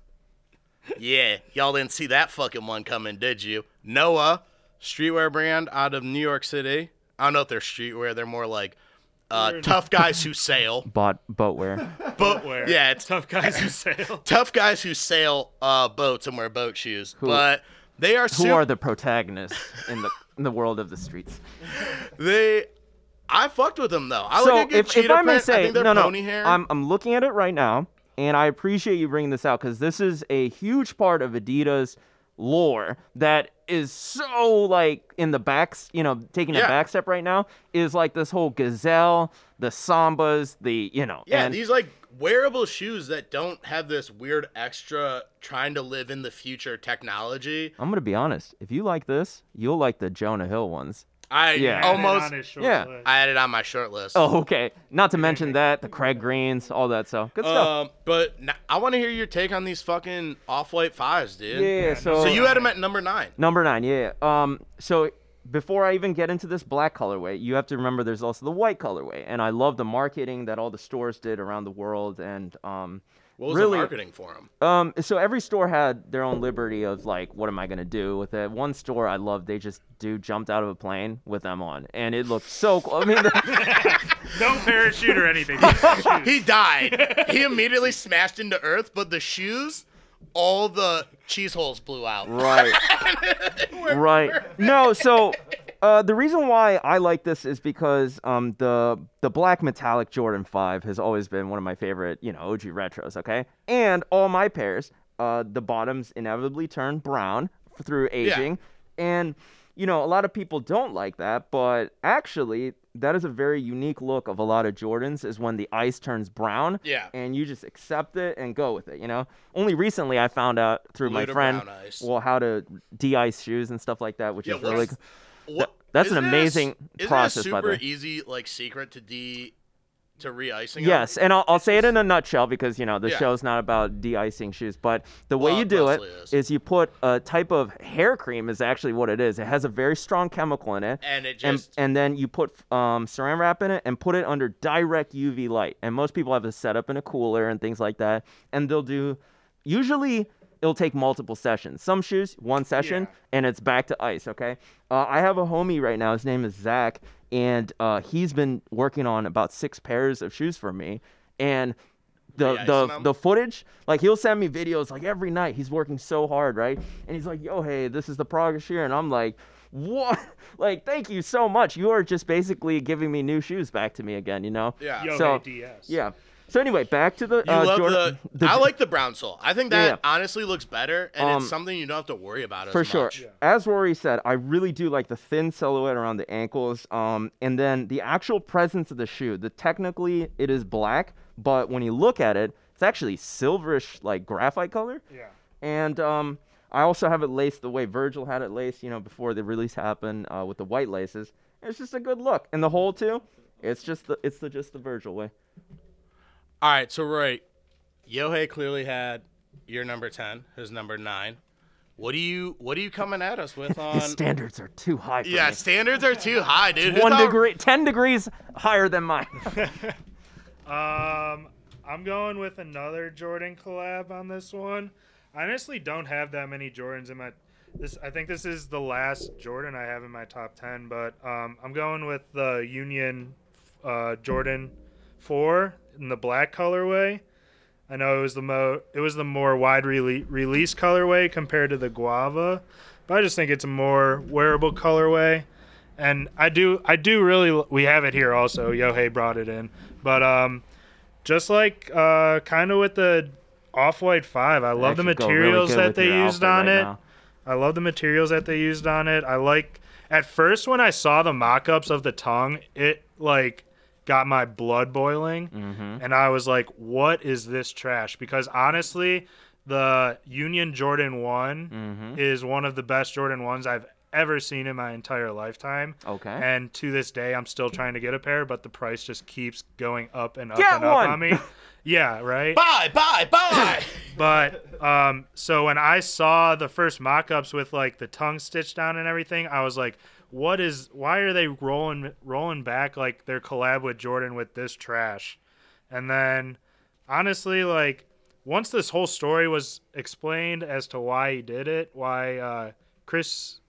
A: Yeah, y'all didn't see that fucking one coming, did you? Noah, streetwear brand out of New York City. I don't know if they're streetwear; they're more like uh, tough guys who sail.
B: Bought boatware.
A: But
C: Footwear.
A: yeah, it's
C: tough guys who sail.
A: tough guys who sail uh, boats and wear boat shoes. But They are
B: Who
A: super
B: are the protagonists in the in the world of the streets?
A: they I fucked with them though. I
B: so
A: like a good
B: if, if
A: cheetah
B: I may
A: print. I
B: say,
A: think they're
B: no, no,
A: pony hair.
B: I'm I'm looking at it right now, and I appreciate you bringing this out because this is a huge part of Adidas lore that is so like in the backs, you know, taking a
A: Yeah.
B: back step right now is like this whole gazelle, the sambas, the you know,
A: yeah,
B: and
A: these like wearable shoes that don't have this weird extra trying to live in the future technology.
B: I'm gonna be honest. If you like this, you'll like the Jonah Hill ones.
A: I
B: Yeah.
C: Added
A: almost
C: on his short
B: yeah.
C: list.
A: I had it on my short list.
B: Oh, okay. Not to mention that the Craig Greens, all that stuff. Good stuff.
A: Um, but n- I want to hear your take on these fucking off-white fives, dude.
B: yeah. so,
A: So you had them at number nine.
B: number nine, yeah. Um. So before I even get into this black colorway, you have to remember there's also the white colorway, and I love the marketing that all the stores did around the world, and um.
A: What was
B: really,
A: the marketing for them?
B: Um, so every store had their own liberty of like, what am I gonna do with it? One store I loved, they just do jumped out of a plane with them on, and it looked so cool. I mean,
C: No parachute or anything. Just parachute.
A: He died. he immediately smashed into earth, but the shoes, all the cheese holes blew out.
B: right. right. No, so uh, the reason why I like this is because um, the the black metallic Jordan Five has always been one of my favorite, you know, OG retros. Okay, and all my pairs, uh, the bottoms inevitably turn brown f- through aging, and you know, a lot of people don't like that, but actually. That is a very unique look of a lot of Jordans is when the ice turns brown
A: Yeah.
B: and you just accept it and go with it, you know? Only recently I found out through
A: Blue
B: my
A: to
B: friend
A: brown ice.
B: well how to de-ice shoes and stuff like that, which
A: Yeah,
B: is really
A: what's-
B: cool.
A: What,
B: that's an
A: isn't it a s-
B: amazing
A: isn't
B: process,
A: It a
B: by
A: super
B: the way.
A: easy like secret to de to re-icing.
B: yes, and I'll, I'll say it in a nutshell because you know the
A: Yeah.
B: show's not about de-icing shoes, but the way
A: Well,
B: you do it
A: mostly is.
B: is you put a type of hair cream is actually what it is. It has a very strong chemical in it,
A: And it
B: and,
A: just
B: and then you put um, saran wrap in it and put it under direct UV light. And most people have a setup in a cooler and things like that. And they'll do, usually, it'll take multiple sessions. Some shoes, one session,
C: Yeah.
B: and it's back to ice, okay? Uh, I have a homie right now. His name is Zach. And uh, he's been working on about six pairs of shoes for me. And the
A: Re-icing
B: the,
A: them?
B: the footage like he'll send me videos like every night he's working so hard right and he's like yo hey this is the progress here and i'm like what like thank you so much you are just basically giving me new shoes back to me again you know
A: Yeah.
C: Yo,
B: so
C: hey, DS.
B: yeah so anyway back to the
A: You
B: uh,
A: love
B: Jordan-
A: the,
B: the-
A: I like the brown sole. I think that
B: Yeah.
A: honestly looks better, and
B: Um,
A: it's something you don't have to worry about as
B: for sure
A: much.
B: as rory said i really do like the thin silhouette around the ankles um and then the actual presence of the shoe the technically it is black but when you look at it it's actually silverish like graphite color
C: Yeah.
B: And um, I also have it laced the way Virgil had it laced, you know, before the release happened uh, with the white laces. It's just a good look, and the hole too. It's just the it's the just the Virgil way.
A: All right, so Roy, Yohei clearly had your number ten, his number nine. What do you What are you coming at us with on?
B: His standards are too high. For
A: yeah, standards are too high, dude.
B: me.
A: Who
B: one
A: thought-
B: degree, ten degrees higher than mine.
C: Um, I'm going with another Jordan collab on this one. I honestly don't have that many Jordans in my this. I think this is the last Jordan I have in my top ten, but um, I'm going with the Union uh, Jordan Four in the black colorway. I know it was the mo it was the more wide rele- release colorway compared to the guava, but I just think it's a more wearable colorway. And I do I do really we have it here also. Yohei brought it in, but um, just like uh, kind of with the off white five, I love the
B: Actually go really
C: materials
B: good
C: that
B: with
C: they
B: your
C: used
B: outfit
C: on
B: right
C: it.
B: now.
C: I love the materials that they used on it. I like at first when I saw the mock-ups of the tongue, it like got my blood boiling
B: Mm-hmm.
C: and I was like, "What is this trash?" Because honestly, the Union Jordan one
B: Mm-hmm.
C: is one of the best Jordan ones I've ever seen in my entire lifetime.
B: Okay.
C: And to this day, I'm still trying to get a pair, but the price just keeps going up and up
B: Get
C: and up
B: one!
C: on me. Yeah, right.
A: Bye, bye, bye.
C: But um, so when I saw the first mock-ups with like the tongue stitched down and everything, I was like, "What is? Why are they rolling rolling back like their collab with Jordan with this trash?" And then, honestly, like once this whole story was explained as to why he did it, why uh, Chris,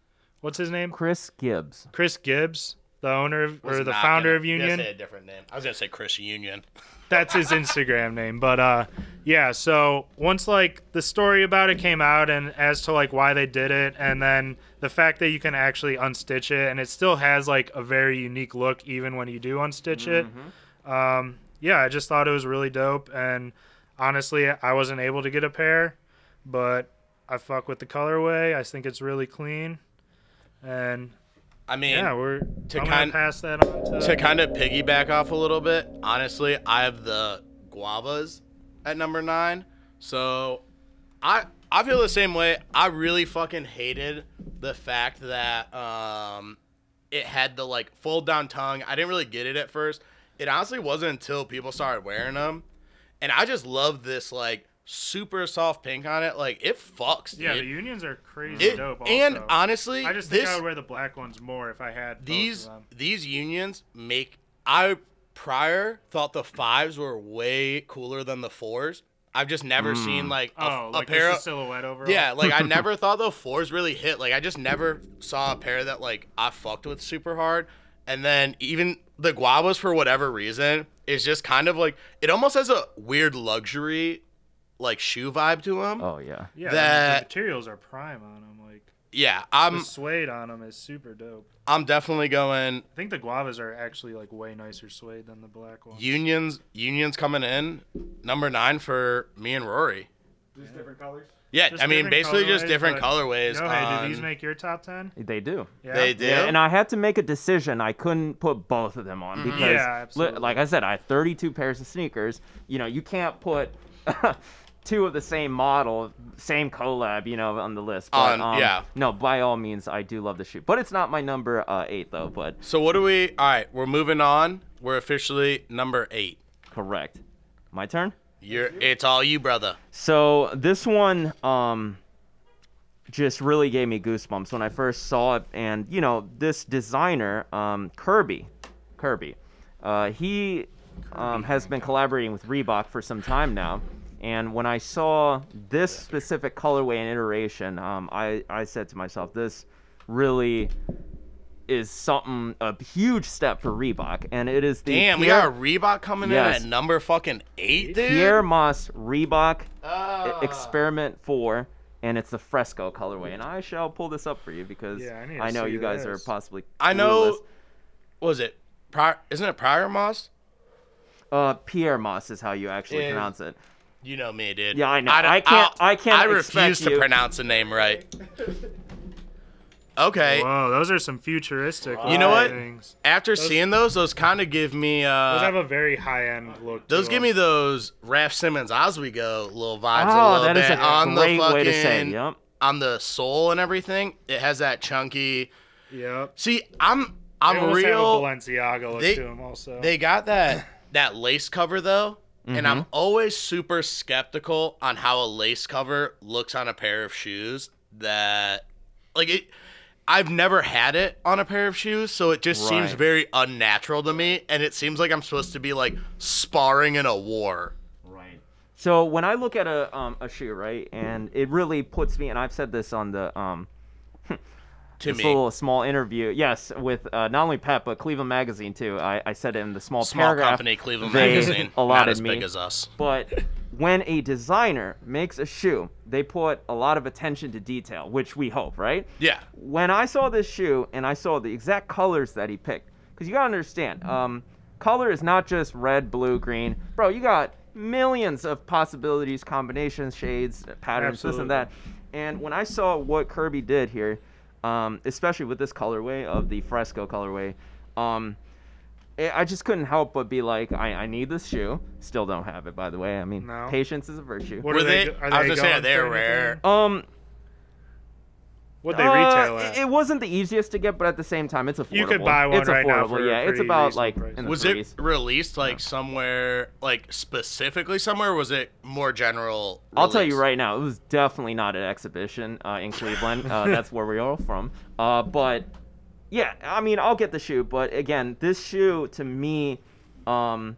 C: what's his name?
B: Chris Gibbs.
C: Chris Gibbs, the owner of,
A: Was
C: or the
A: not
C: founder
A: gonna-
C: of
A: yeah,
C: Union.
A: say a different name. I was gonna say Chris Union.
C: that's his Instagram name. But uh, yeah, so once like the story about it came out and as to like why they did it, and then the fact that you can actually unstitch it and it still has like a very unique look even when you do unstitch
A: Mm-hmm.
C: it. Um, yeah, I just thought it was really dope. And honestly, I wasn't able to get a pair, but I fuck with the colorway. I think it's really clean. And
A: I mean,
C: yeah, we're to I'm
A: kind-
C: gonna pass that on to,
A: to kind of piggyback off a little bit, honestly, I have the guavas at number nine. So I I feel the same way. I really fucking hated the fact that um it had the like full down tongue. I didn't really get it at first. It honestly wasn't until people started wearing them. And I just love this like super soft pink on it. Like it fucks.
C: yeah,
A: dude.
C: the unions are crazy
A: It-
C: dope. Also.
A: and honestly,
C: I just think
A: this,
C: I would wear the black ones more if I had both
A: these
C: Of them.
A: these unions make I prior thought the fives were way cooler than the fours. I've just never seen like a,
C: Oh,
A: a
C: like
A: pair
C: just
A: of
C: a silhouette overall.
A: yeah, like I never thought the fours really hit. Like I just never saw a pair that like I fucked with super hard. And then even the guavas for whatever reason is just kind of like it almost has a weird luxury like shoe vibe to them.
B: Oh yeah.
C: yeah.
A: that- Mm.
C: the materials are prime on them. Like
A: Yeah, I'm
C: the suede on them is super dope.
A: I'm definitely going
C: I think the guavas are actually like way nicer suede than the black ones.
A: unions unions coming in number 9 for me and Rory.
E: Just different colors.
A: Yeah,
C: Just
A: I mean,
C: different
A: basically just
C: colorways,
A: different
C: but-
A: colorways.
C: No, hey,
A: on-
C: do these make your top ten?
B: They do.
C: Yeah.
A: They do.
B: Yeah, and I had to make a decision. I couldn't put both of them on
A: Mm-hmm.
B: because,
C: Yeah,
B: li-
C: absolutely.
B: like I said, I have 32 pairs of sneakers. You know, you can't put two of the same model, same collab, you know, on the list. But, um,
A: On- yeah.
B: No, by all means, I do love the shoe, but it's not my number uh, eight though. But
A: so what do we? All right, we're moving on. We're officially number eight.
B: correct. My turn.
A: You're, it's all you, brother.
B: So this one um just really gave me goosebumps when I first saw it and you know this designer um Kirby Kirby uh he um, has been collaborating with Reebok for some time now and when I saw this specific colorway and iteration um I I said to myself this really is something a huge step for Reebok and it is the
A: Damn, we got
B: Pierre-
A: a Reebok coming
B: Yes.
A: in at number fucking eight, dude.
B: Pierre Moss Reebok e-
A: Ah.
B: Experiment 4, and it's the fresco colorway. And I shall pull this up for you because
C: Yeah, I need to
B: I, know
C: see
B: you guys are
C: this.
B: possibly.
A: I know.
B: clueless.
A: what Was it prior? Isn't it prior moss?
B: Uh, Pierre Moss is how you actually
A: Yeah.
B: pronounce it.
A: You know me, dude.
B: Yeah, I know. I can't- I can't
A: I refuse
B: expect
A: to
B: you-
A: pronounce the name right. Okay.
C: Whoa, those are some futuristic.
A: You know what?
C: Things.
A: After seeing those, those kind of give me uh,
C: Those have a very high end look. to
A: Those give
C: them.
A: me those Raph Simmons Oswego little vibes a
B: Oh,
A: little
B: that
A: bit
B: is a
A: on
B: great
A: the fucking
B: way to say it. Yep.
A: on the soul and everything. It has that chunky.
C: Yep.
A: See, I'm
C: They
A: I'm
C: almost have a
A: real.
C: Balenciaga look
A: They-
C: to them also.
A: They got that that lace cover though, and
B: Mm-hmm.
A: I'm always super skeptical on how a lace cover looks on a pair of shoes that like it. I've never had it on a pair of shoes, so it just seems
B: Right.
A: very unnatural to me, and it seems like I'm supposed to be like sparring in a war.
B: Right. So when I look at a um, a shoe, right, and it really puts me, and I've said this on the um
A: To
B: this
A: me,
B: little small interview, yes, with uh, not only Pep but Cleveland Magazine too. I, I said it in the small,
A: small
B: paragraph.
A: company, Cleveland
B: they
A: Magazine. Not
B: allotted
A: as
B: me.
A: big as us.
B: But when a designer makes a shoe, they put a lot of attention to detail, which we hope, right?
A: Yeah.
B: When I saw this shoe and I saw the exact colors that he picked, because you gotta understand, um, color is not just red, blue, green. Bro, you got millions of possibilities, combinations, shades, patterns, this and
C: Absolutely.
B: that. And when I saw what Kirby did here, um, especially with this colorway of the fresco colorway, um, I I just couldn't help but be like, I, I need this shoe. Still don't have it, by the way. I mean,
C: No.
B: patience is a virtue.
C: What
A: Were
C: are
A: they-
C: they? Are
A: I was gonna say,
C: going
A: they're
C: for
A: rare.
C: anything?
B: Um,
C: What they
B: uh,
C: retail
B: it-
C: at?
B: It, wasn't the easiest to get, but at the same time, it's affordable.
C: You could buy one
B: it's
C: right now
B: affordable.
C: for a
B: yeah, it's
C: pretty
B: about
C: reasonable
B: like
C: price.
B: in the
A: Was
B: threes.
A: it released like somewhere, like specifically somewhere? Or was it more general?
B: I'll tell you
A: release?
B: right now, it was definitely not an exhibition uh, in Cleveland. uh, that's where we're all from. Uh, but yeah, I mean, I'll get the shoe. But again, this shoe to me, um,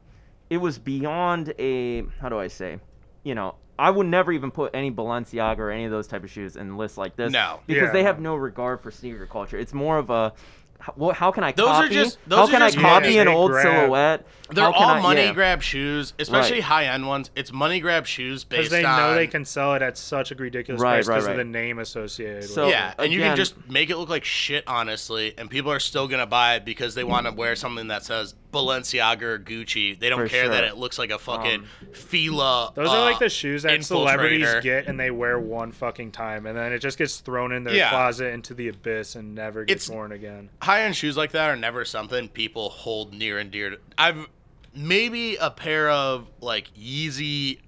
B: it was beyond a how do I say, you know. I would never even put any Balenciaga or any of those type of shoes in lists like this.
A: No.
B: because they
C: Yeah.
B: have no regard for sneaker culture. It's more of a how, wha- how can I
A: Those are
B: copy?
A: just-
B: how
A: those are
B: can
A: just
B: I copy
C: money
B: an old
C: grab.
B: silhouette?
A: They're
B: How can
A: all
B: I-
A: money
B: yeah.
A: grab shoes, especially
B: Right.
A: high end ones. It's money grab shoes
C: because
A: based
C: they
A: on
C: know they can sell it at such a ridiculous
B: Right,
C: price
B: right,
C: because
B: right.
C: of the name associated.
B: So-
C: with it.
A: yeah, and you can
B: again-
A: just make it look like shit, honestly, and people are still gonna buy it because they want to wear something that says Balenciaga or Gucci. They
B: For
A: don't care that
B: sure. Um,
A: it looks like a fucking Fila.
C: those
A: uh,
C: are like the shoes that celebrities
A: infiltrator.
C: get and they wear one fucking time, and then it just gets thrown in their
A: Yeah.
C: closet into the abyss and never gets
A: It's-
C: worn again.
A: high-end shoes like that are never something people hold near and dear. To, I've maybe a pair of like Yeezy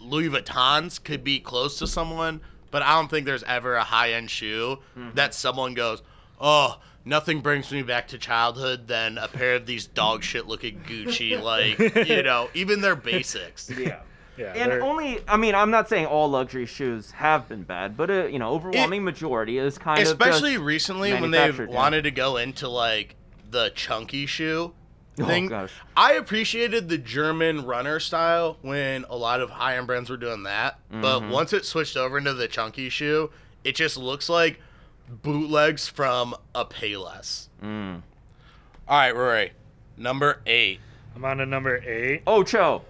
A: Louis Vuittons could be close to someone, but I don't think there's ever a high-end shoe that someone goes, "Oh, nothing brings me back to childhood than a pair of these dog shit looking Gucci." like you know, even their basics.
B: Yeah.
C: Yeah,
B: And
C: they're-
B: only, I mean, I'm not saying all luxury shoes have been bad, but uh, you know, overwhelming majority is kind
A: especially
B: of just-
A: recently when they've
B: manufactured, yeah.
A: wanted to go into like the chunky shoe
B: Oh,
A: thing.
B: gosh.
A: I appreciated the German runner style when a lot of high end brands were doing that, but
B: Mm-hmm.
A: once it switched over into the chunky shoe, it just looks like bootlegs from a Payless.
B: Mm.
A: All right, Rory, number eight.
C: I'm on to number eight.
B: Ocho.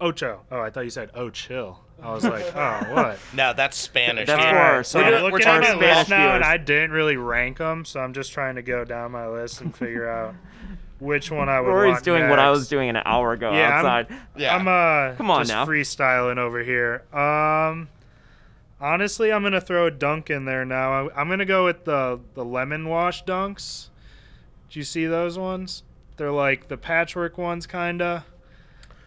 C: Ocho. Oh, I thought you said oh chill. I was like, oh what?
A: No, that's Spanish.
B: That's
A: dude.
B: for our
C: Alright, so
B: Spanish-
C: I'm
A: we're
C: looking
A: talking
C: at my
A: Spanish
C: list now, and
B: viewers.
C: I didn't really rank them, so I'm just trying to go down my list and figure out which one I would.
B: Rory's
C: want
B: doing what I
C: next.
B: was doing an hour ago
C: Yeah, I'm-
B: outside.
A: Yeah.
C: I'm uh,
B: Come on
C: just
B: now.
C: freestyling over here. Um, honestly, I'm gonna throw a dunk in there now. I, I'm gonna go with the the lemon wash dunks. Do you see those ones? They're like the patchwork ones, kinda.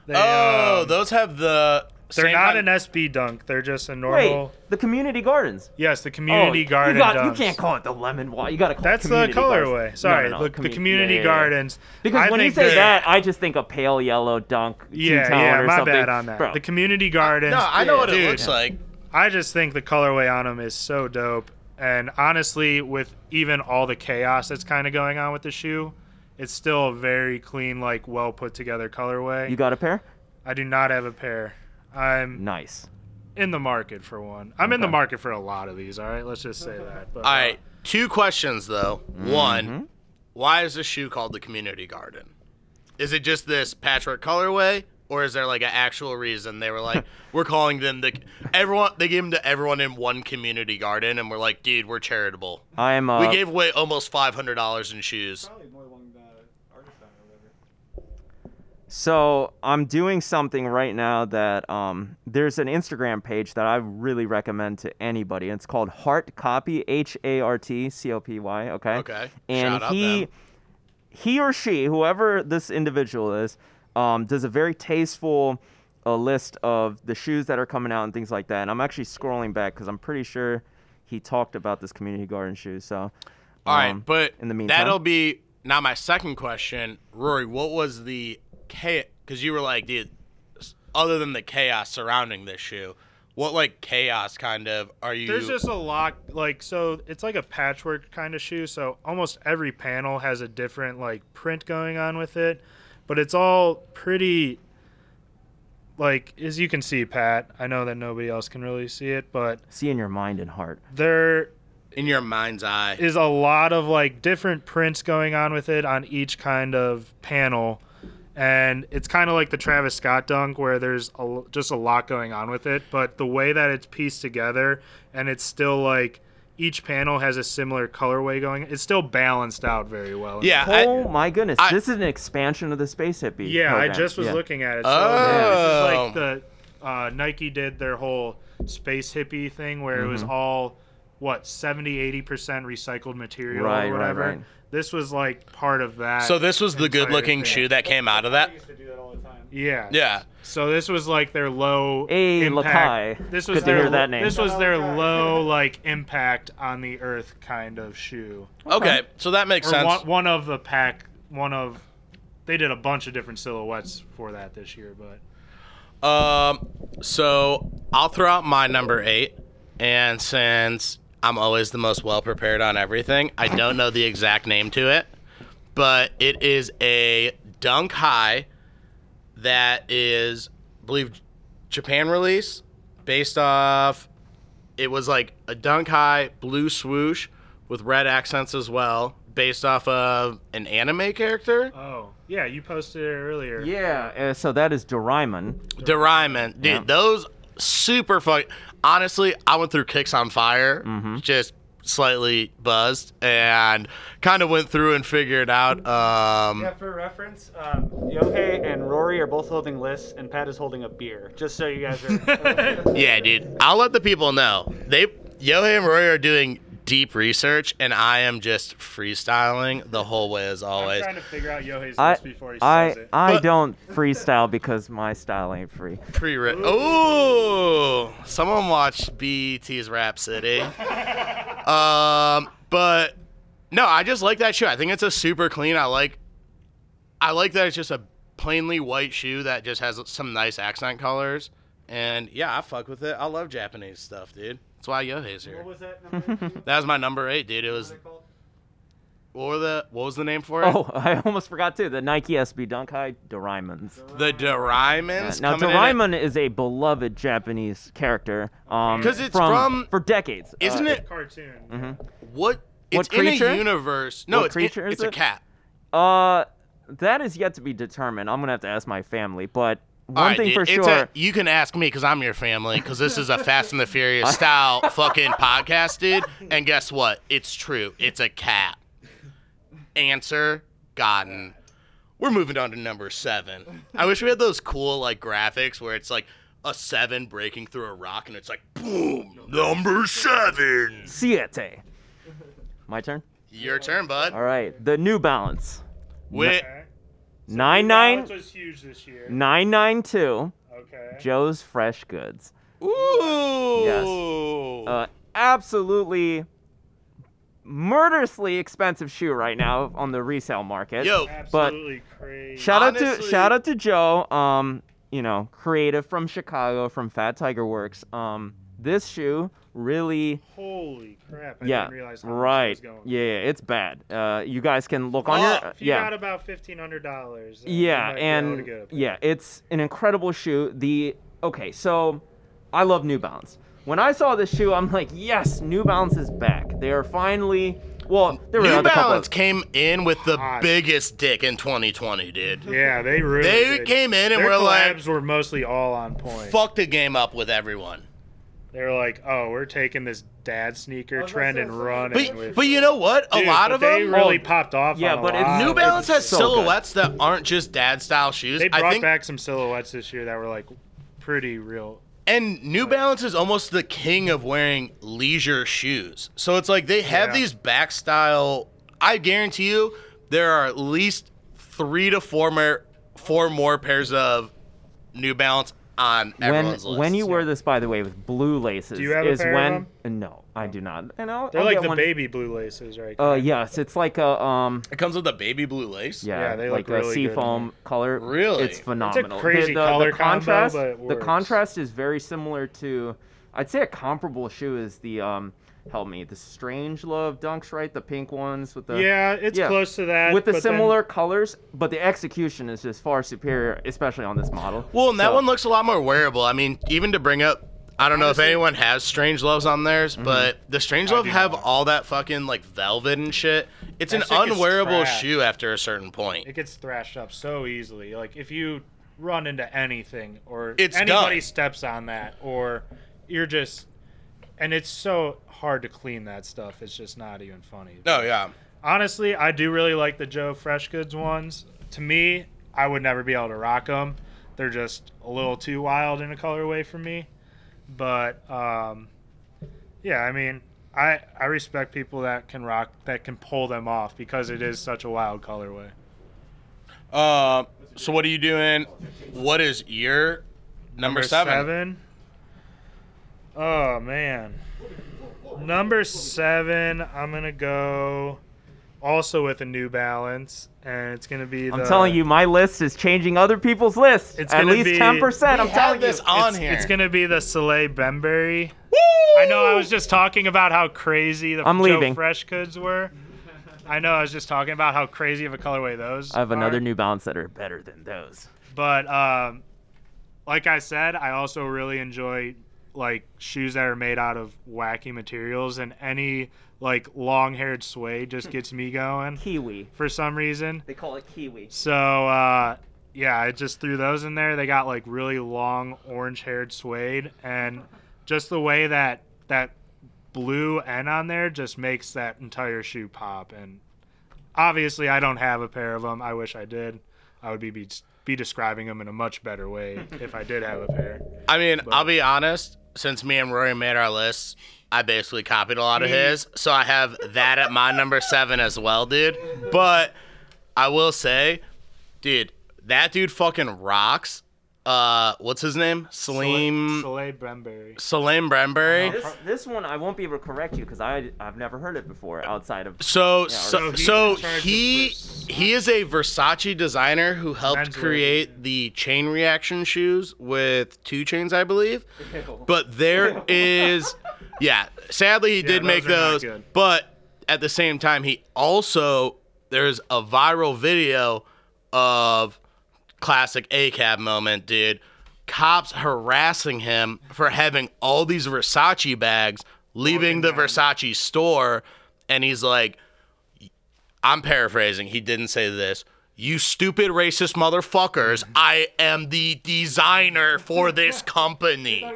C: They,
A: oh,
C: um,
A: those have the.
C: they're
A: same
C: not
A: kind-
C: an SB dunk. They're just a
B: Wait,
C: normal.
B: the community gardens.
C: Yes, the community
B: oh,
C: garden
B: You, got, you
C: dunks.
B: can't call it the lemon wall. You got to call
C: That's
B: it
C: the
B: community
C: colorway.
B: gardens. No,
C: Sorry,
B: no, no,
C: look, the
B: commu-
C: community
B: yeah, yeah, yeah.
C: gardens.
B: Because
C: I
B: when you
C: think
B: say
C: they're-
B: that, I just think a pale yellow dunk
C: yeah,
B: two-tone
C: yeah,
B: or
C: my
B: something.
C: bad on that.
B: Bro,
C: The community gardens.
A: No, I know what
C: Dude,
A: it looks like.
C: I just think the colorway on them is so dope. And honestly, with even all the chaos that's kind of going on with the shoe, it's still a very clean, like well put together colorway.
B: you got a pair?
C: I do not have a pair. I'm
B: Nice.
C: in the market for one. I'm in the
B: Okay.
C: market for a lot of these. All right, let's just say that. But, uh,
A: All right, two questions though. One, why is this shoe called the community garden? Is it just this patchwork colorway, or is there like an actual reason they were like, we're calling them the everyone? They gave them to everyone in one community garden, and we're like, dude, we're charitable.
B: I am. Uh,
A: we gave away almost five hundred dollars in shoes.
E: Probably more along the artist side or whatever.
B: So I'm doing something right now that um, there's an Instagram page that I really recommend to anybody. And it's called Heart Copy, H A R T C O P Y. Okay.
A: Okay.
B: And
A: Shout out
B: he,
A: them.
B: he or she, whoever this individual is, um, does a very tasteful uh, list of the shoes that are coming out and things like that. And I'm actually scrolling back because I'm pretty sure he talked about this community garden shoe. So.
A: All right,
B: um,
A: but
B: in the meantime-
A: that'll be now my second question, Rory. What was the chaos? Because you were like, dude, s- other than the chaos surrounding this shoe, what like chaos kind of are you?
C: There's just a lot like so it's like a patchwork kind of shoe, so almost every panel has a different like print going on with it, but it's all pretty like as you can see Pat, I know that nobody else can really see it, but
B: See in your mind and heart.
C: there
A: in your mind's eye.
C: is a lot of like different prints going on with it on each kind of panel. And it's kind of like the Travis Scott dunk where there's a, just a lot going on with it, but the way that it's pieced together and it's still like each panel has a similar colorway going. It's still balanced out very well.
A: Yeah. I-
B: Oh my goodness!
A: I-
B: this is an expansion of the space hippie.
C: Yeah, I
B: program.
C: just was
B: Yeah.
C: looking at it. So
A: Oh.
C: this is like the uh, Nike did their whole space hippie thing where it was
B: Mm-hmm.
C: all what 70 80% recycled material
B: Right, right,
C: or whatever.
B: right.
C: This was like part of that.
A: So this was the
C: entire
A: good-looking
C: thing.
A: shoe that came out of
E: I
A: that.
E: used to do that all the time.
C: Yeah.
A: Yeah.
C: So this was like their low
B: Hey,
C: impact.
B: Lakai.
C: This was
B: Good to
C: their
B: hear that name.
C: this was their low like impact on the earth kind of shoe.
A: Okay. So that makes
C: Or
A: sense.
C: one, one of the pack, one of they did a bunch of different silhouettes for that this year, but
A: Um, so I'll throw out my number eight, and since I'm always the most well prepared on everything, I don't know the exact name to it, but it is a dunk high that is, I believe, Japan release based off. It was like a dunk high blue swoosh with red accents as well, based off of an anime character.
C: Oh, yeah, you posted it earlier.
B: Yeah, uh, so that is Doraemon.
A: Doraemon, dude, those super fun. Honestly, I went through Kicks on Fire, just slightly buzzed, and kind of went through and figured out. Um,
E: Yeah, for reference, um, Yohei and Rory are both holding lists, and Pat is holding a beer. Just so you guys are.
A: Yeah, dude. I'll let the people know. They Yohei and Rory are doing deep research, and I am just freestyling the whole way as
C: I'm
A: always.
C: trying to figure out Yohei's
B: I
C: list before he says
B: I
C: it.
B: I
A: But-
B: don't freestyle because my style ain't free.
A: Pre rap. Ooh, someone watched BET's Rap City. um, but no, I just like that shoe. I think it's a super clean. I like, I like that it's just a plainly white shoe that just has some nice accent colors. And yeah, I fuck with it. I love Japanese stuff, dude. That's why Yohei's here.
E: what was that number?
A: That was my number eight, dude. It was
E: called?
A: What were the what was the name for it?
B: Oh, I almost forgot too. The Nike SB Dunk High Doraemons. Uh,
A: The Doraemons.
B: Now Doraemon is a beloved Japanese character. Um,
A: 'Cause it's from-
B: for decades. Uh,
A: isn't it
C: Cartoon.
B: Mm-hmm.
A: what?
B: What
A: It's in
B: creature?
A: a universe. No,
B: What
A: it's in-
B: creature is
A: it's a
B: it?
A: cat.
B: Uh, that is yet to be determined. I'm gonna have to ask my family. But one
A: All right,
B: thing
A: dude,
B: for
A: it's
B: sure,
A: a- you can ask me because I'm your family because this is a Fast and the Furious style fucking podcast, dude. And guess what? It's true. It's a cat. Answer gotten. We're moving on to number seven. I wish we had those cool like graphics where it's like a seven breaking through a rock and it's like boom number seven.
B: siete. My turn.
A: Your turn, bud.
B: All right, the New Balance
A: Wait,
C: Okay.
B: nine
C: Balance
B: nine
C: was huge this year.
B: nine nine two.
C: Okay.
B: Joe's Fresh Goods.
A: Ooh.
B: Uh, absolutely murderously expensive shoe right now on the resale market.
A: Yo,
C: Absolutely crazy.
B: Shout out to
A: Honestly-
B: shout out to Joe. Um, you know, creative from Chicago from Fat Tiger Works. Um, this shoe really,
C: Holy crap! I
B: yeah,
C: didn't realize how much it
B: right,
C: was going.
B: yeah, it's bad. Uh, you guys can look on your,
A: Fuck.
C: If you
B: yeah,
C: got about fifteen hundred dollars.
B: yeah, and yeah, it's an incredible shoe. The okay, so I love New Balance. When I saw this shoe, I'm like, yes, New Balance is back. They are finally. Well, there were
A: New
B: another couple.
A: Balance
B: Of,
A: came in with the
C: Hot.
A: biggest dick in 2020, dude.
C: Yeah, they really.
A: They
C: did.
A: came in and
C: Their
A: were like,
C: collabs were mostly all on point.
A: fuck the game up with everyone.
C: They were like, "Oh, we're taking this dad sneaker
E: was
C: trend
E: gonna
C: and
E: say,
C: running
A: But,
C: with."
A: but you know what? A
C: Dude,
A: lot
C: but
A: of
C: they
A: them.
C: really
B: Oh,
C: popped off.
B: yeah,
C: on a
B: but it's
C: lot.
B: New
A: New Balance has
B: so good.
A: silhouettes that aren't just dad style shoes.
C: They
A: I
C: brought
A: think,
C: back some silhouettes this year that were like pretty real.
A: and New Balance is almost the king of wearing leisure shoes. So it's like they have
C: Yeah.
A: these back style. I guarantee you, there are at least three to four more, four more pairs of New Balance on
B: when
A: everyone's list.
B: when you wear this, by the way, with blue laces,
C: Do you have a
B: is
C: pair of
B: when no, I do not. And I'll,
C: They're
B: I'll
C: like
B: get
C: the
B: one.
C: baby blue laces, right?
B: Uh, yes, it's like a um,
A: it comes with a baby blue lace.
B: yeah,
C: Yeah, they
B: like
C: look
B: a
C: really good.
B: seafoam color.
A: Really?
B: it's
A: It's a
B: phenomenal. The-
C: crazy
B: the,
C: color
B: the
C: combo,
B: contrast,
C: but it
B: the
C: works.
B: contrast is very similar to, I'd say a comparable shoe is the um, help me, the Strange Love Dunks, right? The pink ones with the
C: yeah, it's
B: yeah.
C: close to that.
B: with the
C: but then-
B: similar colors, but the execution is just far superior, especially on this model.
A: Well, and that
B: So-
A: one looks a lot more wearable. I mean, even to bring up, I don't know if anyone has Strange Loves on theirs, but the Strange Love
C: do
A: have
C: not.
A: all that fucking like velvet and shit. It's
C: That shit
A: an
C: gets
A: unwearable
C: trashed.
A: shoe after a certain point.
C: it gets thrashed up so easily. Like if you run into anything or
A: It's
C: anybody
A: done.
C: steps on that or you're just and it's so hard to clean that stuff. It's just not even funny.
A: No, yeah.
C: Honestly, I do really like the Joe Fresh Goods ones. To me, I would never be able to rock them. They're just a little too wild in a colorway for me. But um, yeah, I mean, I I respect people that can rock that can pull them off because it is such a wild colorway.
A: Uh, so what are you doing? What is your number, seven?
C: Oh man. Number seven, I'm gonna go also with a New Balance, and it's gonna be.
B: I'm
C: the-
B: telling you, my list is changing other people's lists.
C: Uh, It's
B: At
C: gonna
B: least
C: be-
B: ten percent. I'm
A: We have
B: telling
A: this
B: you.
A: on
C: it's,
A: here.
C: It's gonna be the Soleil Bembury. I know. I was just talking about how crazy the
B: I'm
C: Joe
B: leaving.
C: Fresh goods were. I know. I was just talking about how crazy of a colorway those.
B: I have
C: are.
B: another New Balance that are better than those.
C: But um, like I said, I also really enjoy like shoes that are made out of wacky materials and any like long-haired sway just gets me going
B: Kiwi.
C: for some reason.
B: They call it kiwi.
C: So uh, yeah, I just threw those in there. They got like really long orange-haired suede, and just the way that that blue N on there just makes that entire shoe pop. And obviously, I don't have a pair of them. I wish I did. I would be be, be describing them in a much better way if I did have a pair.
A: I mean,
C: But-
A: I'll be honest. Since me and Rory made our lists, I basically copied a lot of his, so I have that at my number seven as well, dude. But I will say, dude, that dude fucking rocks. Uh, what's his name? Salim Uh-huh.
C: Soleil Bremberry.
A: Salim Brembury.
B: This, this one I won't be able to correct you because I I've never heard it before outside of
A: So
C: or-
A: so so
C: So he's in charge of
A: he
C: Vers-
A: he is a Versace designer who helped
C: Menswear.
A: create the chain reaction shoes with two chains, I believe. But there is yeah, sadly he did
C: those
A: make
C: are not
A: those,
C: good.
A: but at the same time he also there's a viral video of classic ACAB moment, dude. Cops harassing him for having all these Versace bags, leaving the Versace store, and he's like, I'm paraphrasing. He didn't say this. You stupid racist motherfuckers.
C: Mm-hmm.
A: I am the designer for this company.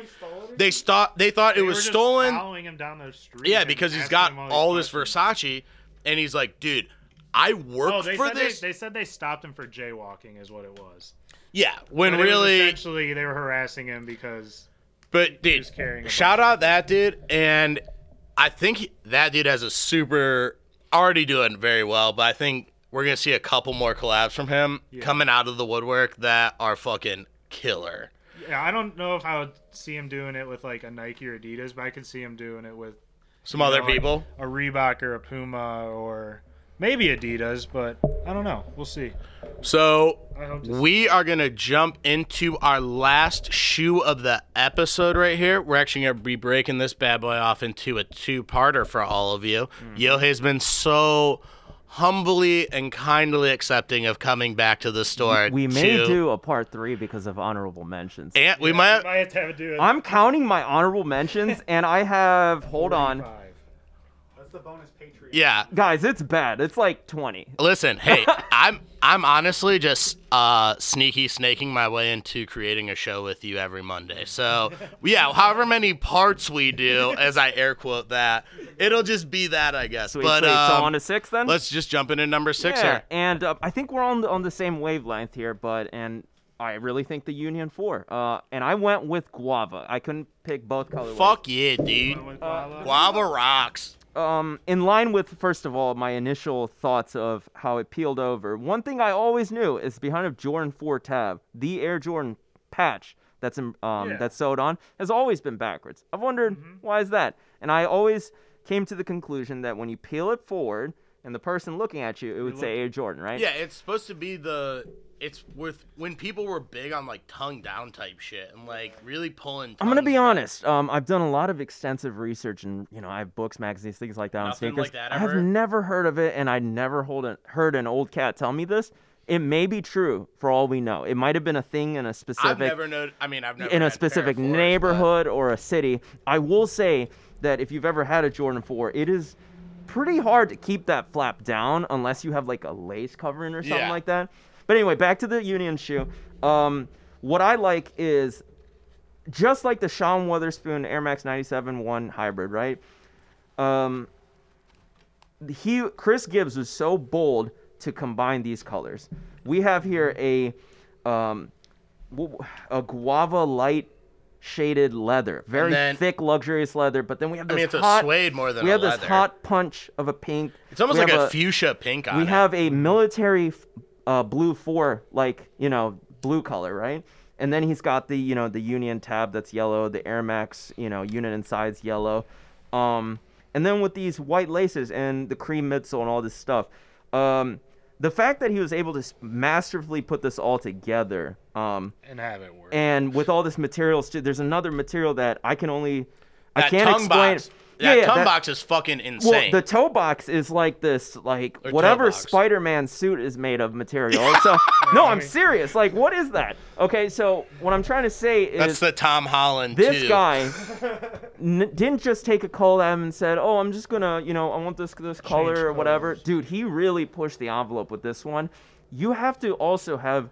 A: They thought they thought it
C: They were
A: was
C: just
A: stolen.
C: Following him down the street.
A: Yeah,
C: and
A: because he's
C: asking
A: got
C: him these
A: all this
C: questions.
A: Versace and he's like, "Dude, I worked
C: Oh, they
A: for
C: said
A: this."
C: They, they said they stopped him for jaywalking, is what it was.
A: yeah, when
C: But it was
A: really
C: essentially, they were harassing him because
A: But dude,
C: was carrying a
A: shout out that dude, and I think he- that dude has a super already doing very well. But I think we're gonna see a couple more collabs from him coming out of the woodwork that are fucking killer.
C: yeah, I don't know if I would see him doing it with like a Nike or Adidas, but I could see him doing it with
A: Some
C: you
A: other
C: know, like,
A: people.
C: a Reebok or a Puma or maybe Adidas, but I don't know. We'll see.
A: So
C: I hope to
A: we are gonna jump into our last shoe of the episode right here. We're actually gonna be breaking this bad boy off into a two-parter for all of you.
B: Hmm.
A: Yo has been so humbly and kindly accepting of coming back to the store.
B: we may
A: to-
B: do a part three because of honorable mentions.
A: and we
C: I
A: might.
C: might have to have a do it.
B: I'm counting my honorable mentions and I have hold on
C: Five.
F: That's the bonus Patreon.
A: Yeah.
B: guys it's bad it's like 20
A: Listen, hey, I'm I'm honestly just uh sneaky snaking my way into creating a show with you every Monday. So yeah, however many parts we do, as I air quote that, it'll just be that I guess.
B: sweet,
A: but
B: sweet. so
A: um,
B: on to six then
A: let's just jump into number six
B: yeah.
A: here.
B: And uh, I think we're on the, on the same wavelength here, but and I really think the Union Four. Uh, and I went with guava. I couldn't pick both colorways.
A: Fuck yeah, dude. Guava rocks.
B: Um, in line with first of all my initial thoughts of how it peeled over. One thing I always knew is behind a Jordan Four tab, the Air Jordan patch that's in, um
C: Yeah.
B: that's sewed on has always been backwards. I've wondered why is that, and I always came to the conclusion that when you peel it forward. And the person looking at you, it would say Air Jordan, right?
A: Yeah, it's supposed to be the it's with when people were big on like tongue down type shit and like really pulling.
B: I'm gonna
A: tongues
B: be
A: out.
B: honest. Um, I've done a lot of extensive research, and you know, I have books, magazines, things like that. on
A: Nothing
B: sneakers.
A: like that
B: I've
A: ever?
B: never heard of it, and I never hold a, heard an old cat tell me this. It may be true for all we know. It might have been a thing in a
A: I've
B: specific
A: never known. I mean, I've never
B: in a
A: had pair of
B: specific
A: fours, but-
B: neighborhood or a city. I will say that if you've ever had a Jordan 4, it is pretty hard to keep that flap down unless you have like a lace covering or something
A: Yeah.
B: like that. But anyway, back to the Union shoe. Um, what I like is just like the Sean Witherspoon Air Max 97 1 hybrid, right? Um, he Chris Gibbs was so bold to combine these colors. We have here a um, w- a guava light shaded leather, very
A: then-
B: thick, luxurious leather. But then we have
A: I
B: this
A: mean, it's
B: hot.
A: a suede more than
B: we
A: a
B: have
A: leather.
B: this hot punch of a pink.
A: It's almost
B: we
A: like
B: have
A: a, fuchsia pink on
B: We
A: it.
B: have a military f- uh, blue four, like you know, blue color, right? And then he's got the you know the Union tab that's yellow, the Air Max you know unit inside's yellow, um, and then with these white laces and the cream midsole and all this stuff. Um, the fact that he was able to s- masterfully put this all together um,
C: and have it work.
B: and with all this materials too, there's another material that I can only I
A: that
B: can't
A: tongue
B: explain.
A: box. That tongue
B: that-
A: box is fucking
B: well,
A: insane.
B: the toe box is like this, like
A: Or toe
B: whatever
A: box.
B: Spider-Man suit is made of material. so no, I'm serious. Like, what is that? Okay, so what I'm trying to say is
A: That's the Tom Holland
B: this
A: too.
B: guy n- didn't just take a collab and said, "Oh, I'm just gonna, you know, I want this this color or whatever."
C: colors.
B: Dude, he really pushed the envelope with this one. You have to also have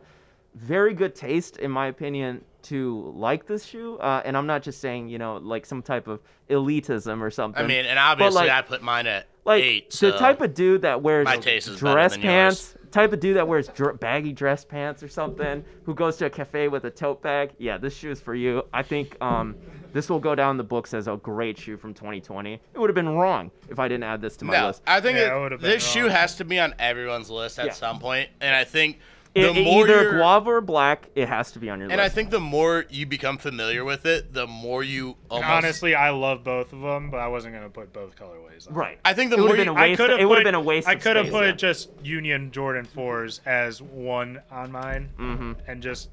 B: very good taste, in my opinion, to like this shoe. Uh, and I'm not just saying, you know, like some type of elitism or something.
A: I mean, and
B: But,
A: obviously
B: like,
A: I put mine at
B: like
A: eight. So
B: the type of dude that wears
A: My taste is better
B: dress
A: than yours.
B: pants, type of dude that wears dr- baggy dress pants or something, who goes to a cafe with a tote bag. Yeah, this shoe is for you. I think um, this will go down in the books as a great shoe from 2020. It would have been wrong if I didn't add this to my
A: no,
B: list.
A: I think
C: Yeah,
A: it-
C: I would've been
A: this shoe
C: wrong.
A: has to be on everyone's list at
B: Yeah.
A: some point, and I think
B: It-
A: the
B: it-
A: more
B: either
A: you're-
B: guava or black, it has to be on your
A: and I
B: list.
A: think the more you become familiar with it, the more you
C: And
A: almost.
C: honestly, I love both of them, but I wasn't gonna put both colorways. On.
B: right.
A: I think the
B: It would
A: more
B: have
A: you,
B: been a
C: I
B: waste.
C: could have
B: It would have been a waste.
C: I
B: of
C: could have
B: space,
C: put
B: yeah.
C: just Union Jordan fours as one on mine,
B: Mm-hmm.
C: and just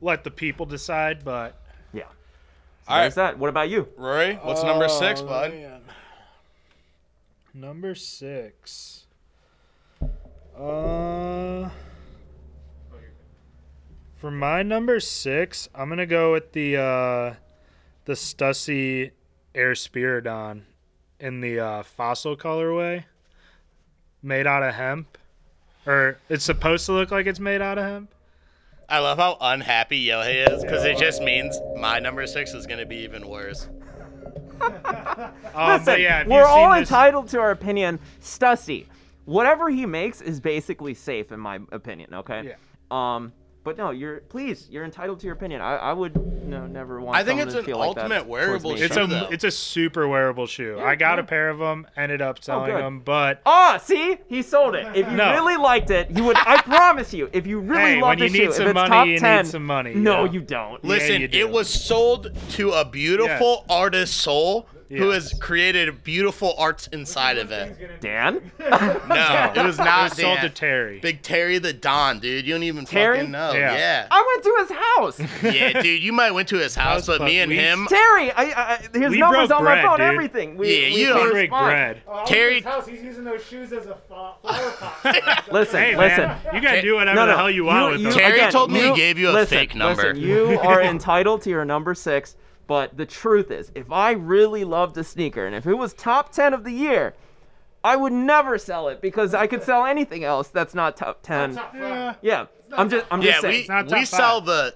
C: let the people decide. But
B: Yeah. So
A: All right.
B: there's that. What about you?
A: Rory, what's number six, bud?
C: number six, uh, for my number six, I'm gonna go with the uh, the Stussy Air Spiridon in the uh, fossil colorway, made out of hemp, or it's supposed to look like it's made out of hemp.
A: I love how unhappy Yohei is because it just means my number six is going to be even worse.
C: Um, but
B: Listen,
C: yeah, if
B: we're
C: you've seen
B: all
C: this-
B: entitled to our opinion. Stussy, whatever he makes is basically safe in my opinion. Okay.
C: Yeah.
B: Um, but no, you're please, you're entitled to your opinion. I, I would no, never want.
A: I think
B: someone
A: it's
B: to
A: an
B: feel like that
A: ultimate
B: towards
A: wearable
B: me.
A: shoe.
C: It's
A: Sure,
C: a
A: though. Mm-hmm.
C: it's a super wearable shoe. I got a
B: yeah.
C: pair of them, ended
A: Oh,
C: up selling
B: good.
C: them, but
B: Ah, see, he sold it. If you
C: No.
B: really liked it, you would. I promise you, if you really
C: Hey,
B: love
C: when you
B: the
C: need
B: shoe,
C: some
B: if it's
C: money,
B: top
C: you need
B: ten,
C: some money, you
B: No,
C: know?
B: you don't.
A: Listen,
C: you do.
A: it was sold to a beautiful artist soul who
C: Yes.
A: has created beautiful arts inside of it.
B: Dan,
A: No, it was not
C: it was sold to
A: Dan.
C: Terry.
A: Big Terry the Don, dude. You don't even
B: Terry?
A: fucking know.
C: Yeah.
A: Yeah.
B: I went to his house.
A: Yeah, dude. You might went to his house, but
C: but
A: me and
C: we-
A: him,
B: Terry, I, I, his
C: We
B: number's
C: broke
B: on
C: bread,
B: my phone.
C: dude.
B: Everything. We,
A: Yeah,
B: we
A: you Oh, don't-
C: break
B: correspond.
A: Terry-
C: bread.
F: Terry. His house. He's using those shoes as a fo- flower pot.
B: Listen,
C: Hey
B: listen.
C: man, you gotta
A: Ta-
C: do whatever
B: no, no.
C: the hell you want with them.
A: Terry told me he gave you a
B: listen,
A: fake number.
B: listen, you are entitled to your number six, but the truth is, if I really loved a sneaker and if it was top 10 of the year, I would never sell it because I could sell anything else that's not top 10.
F: yeah.
B: yeah, I'm just, I'm
A: yeah,
B: just saying.
A: we
C: not top
A: we sell
C: five.
A: the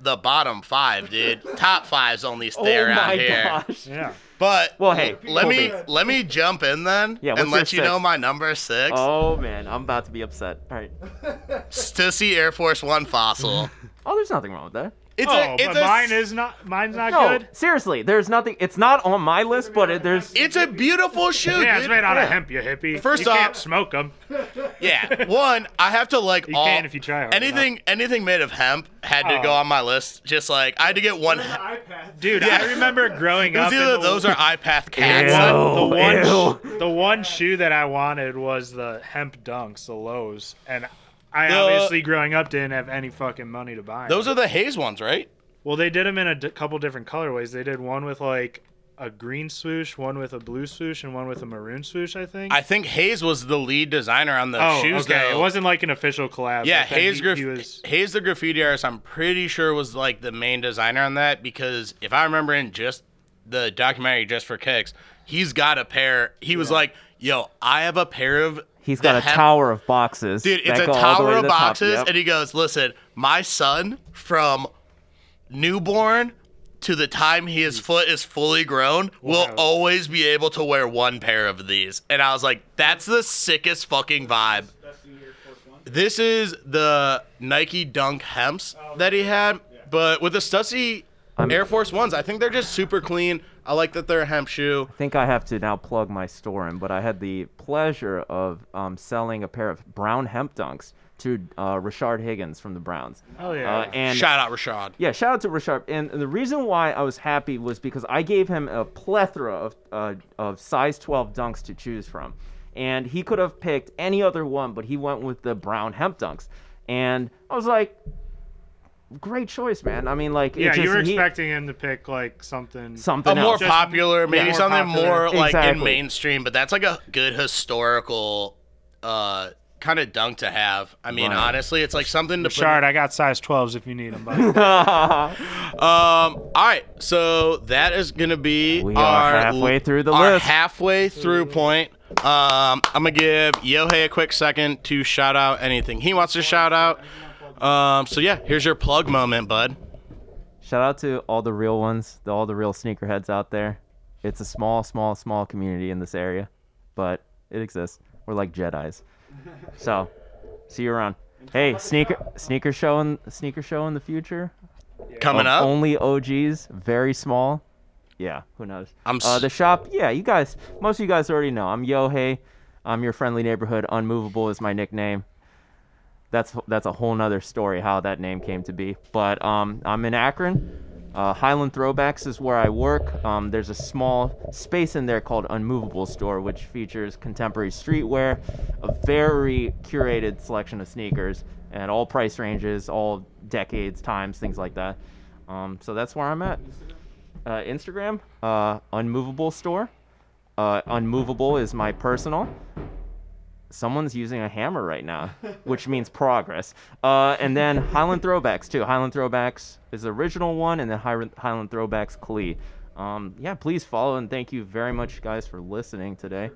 A: the bottom five, dude. Top five's only stay
B: oh
A: around
B: my
A: here.
B: gosh.
C: Yeah.
A: But
B: Well, hey,
A: let me
B: Colby.
A: let me jump in then
B: Yeah,
A: and let
B: what's
A: you
B: your
A: know
B: six?
A: my number six.
B: Oh man, I'm about to be upset. All right.
A: Stussy Air Force One fossil.
B: Oh, there's nothing wrong with that.
A: It's
C: Oh,
A: a it's
C: but
A: a
C: mine
A: s-
C: is not mine's not
B: No,
C: good.
B: seriously, there's nothing. It's not on my list, but it, there's.
A: it's a beautiful shoe,
C: Yeah, it's
A: dude.
C: made out of hemp, you hippie.
A: First
C: you
A: off-
C: can't smoke them.
A: Yeah, one I have to like
C: You
A: all
C: can if you try hard
A: anything anything made of hemp had to
C: Oh.
A: go on my list. Just like I had to get one.
F: The iPad.
C: Dude,
A: Yeah.
C: I remember growing
A: It was
C: up. in
A: either
C: the-
A: those or iPath
C: the
A: cats.
B: Ew.
C: one- the one,
B: Ew,
C: sh- the one shoe that I wanted was the hemp dunks, the lows, and I
A: The-
C: obviously growing up didn't have any fucking money to buy. 'em.
A: Those are the haze ones, right?
C: Well, they did them in a d- couple different colorways. They did one with like a green swoosh, one with a blue swoosh, and one with a maroon swoosh. I think.
A: I think Hayes was the lead designer on the
C: oh,
A: shoes.
C: okay.
A: though.
C: It wasn't like an official collab.
A: Yeah,
C: but then
A: Hayes,
C: he,
A: Graf-
C: he was.
A: Hayes the graffiti artist, I'm pretty sure was like the main designer on that because if I remember in just the documentary Just for Kicks, he's got a pair. He was like, "Yo, I have a pair of."
B: He's got
A: the
B: a
A: hemp-
B: tower of boxes.
A: Dude, it's
B: that
A: a
B: go all the
A: tower
B: way to
A: of
B: the top,
A: boxes,
B: yep.
A: and he goes, "Listen, my son from newborn." To the time his foot is fully grown, will always be able to wear one pair of these. And I was like, that's the sickest fucking vibe.
F: That's the Air Force One.
A: This is the Nike Dunk Hemps that he had, but with the Stussy Air Force Ones, I think they're just super clean. I like that they're a hemp shoe.
B: I think I have to now plug my store in, but I had the pleasure of um, selling a pair of brown hemp dunks to uh, Richard Higgins from the Browns.
C: Oh yeah.
B: Uh, and
A: Shout out Rashad.
B: yeah, shout out to Richard. And the reason why I was happy was because I gave him a plethora of uh, of size 12 dunks to choose from, and he could have picked any other one, but he went with the brown hemp dunks. And I was like, great choice, man. I mean, like, it
C: yeah,
B: just,
C: you were
B: he-
C: expecting him to pick like something.
B: something
A: A more
B: else.
C: Just-
A: popular, maybe
C: yeah.
A: something
C: More popular.
A: more like in
B: Exactly.
A: mainstream, but that's like a good historical uh kind of dunk to have. I mean,
B: Right.
A: honestly, it's like something to put-
C: Shard, I got size 12s if you need them. Buddy.
A: Um. All right. So that is gonna be
B: We are
A: our
B: halfway through the
A: our
B: list.
A: halfway through point. Um. I'm gonna give Yohei a quick second to shout out anything he wants to shout out. Um. So yeah, here's your plug moment, bud.
B: Shout out to all the real ones, the, all the real sneakerheads out there. It's a small, small, small community in this area, but it exists. We're like Jedi's. So, see you around. Hey, sneaker sneaker show in sneaker show in the future.
A: Coming
B: of
A: up.
B: Only OGs, very small. Yeah, who knows?
A: I'm
B: uh,
A: s-
B: the shop. Yeah, you guys. Most of you guys already know. I'm Yohei. I'm your friendly neighborhood. Unmovable is my nickname. That's that's a whole nother story how that name came to be. But um, I'm in Akron. Uh, Highland Throwbacks is where I work. Um, there's a small space in there called Unmovable Store, which features contemporary streetwear, a very curated selection of sneakers at all price ranges, all decades, times, things like that. Um, so that's where I'm at. Uh, Instagram, uh, Unmovable Store. Uh, unmovable is my personal. Someone's using a hammer right now, which means progress. Uh, and then Highland Throwbacks too. Highland Throwbacks is the original one, and then Highland, Highland Throwbacks Klee. Um, yeah, please follow and thank you very much, guys, for listening today.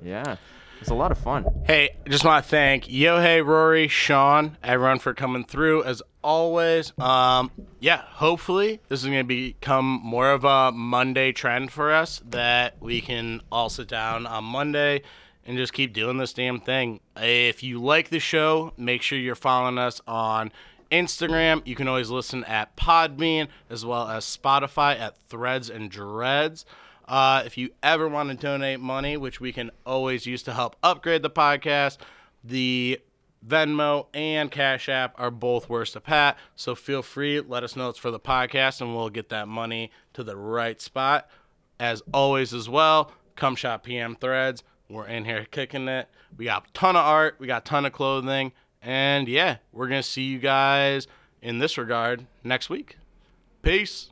B: Yeah, it was a lot of fun.
A: Hey, just want to thank Yohei, Rory, Sean, everyone for coming through as always. Um, yeah, hopefully this is going to become more of a Monday trend for us that we can all sit down on Monday and just keep doing this damn thing. If you like the show, make sure you're following us on Instagram. You can always listen at Podbean as well as Spotify at Threads and Dreads. Uh, if you ever want to donate money, which we can always use to help upgrade the podcast, the Venmo and Cash App are both worse to pat. So feel free, let us know it's for the podcast, and we'll get that money to the right spot. As always, as well, come shop PM Threads. We're in here kicking it. We got a ton of art, we got a ton of clothing, and yeah, we're gonna see you guys in this regard next week. Peace.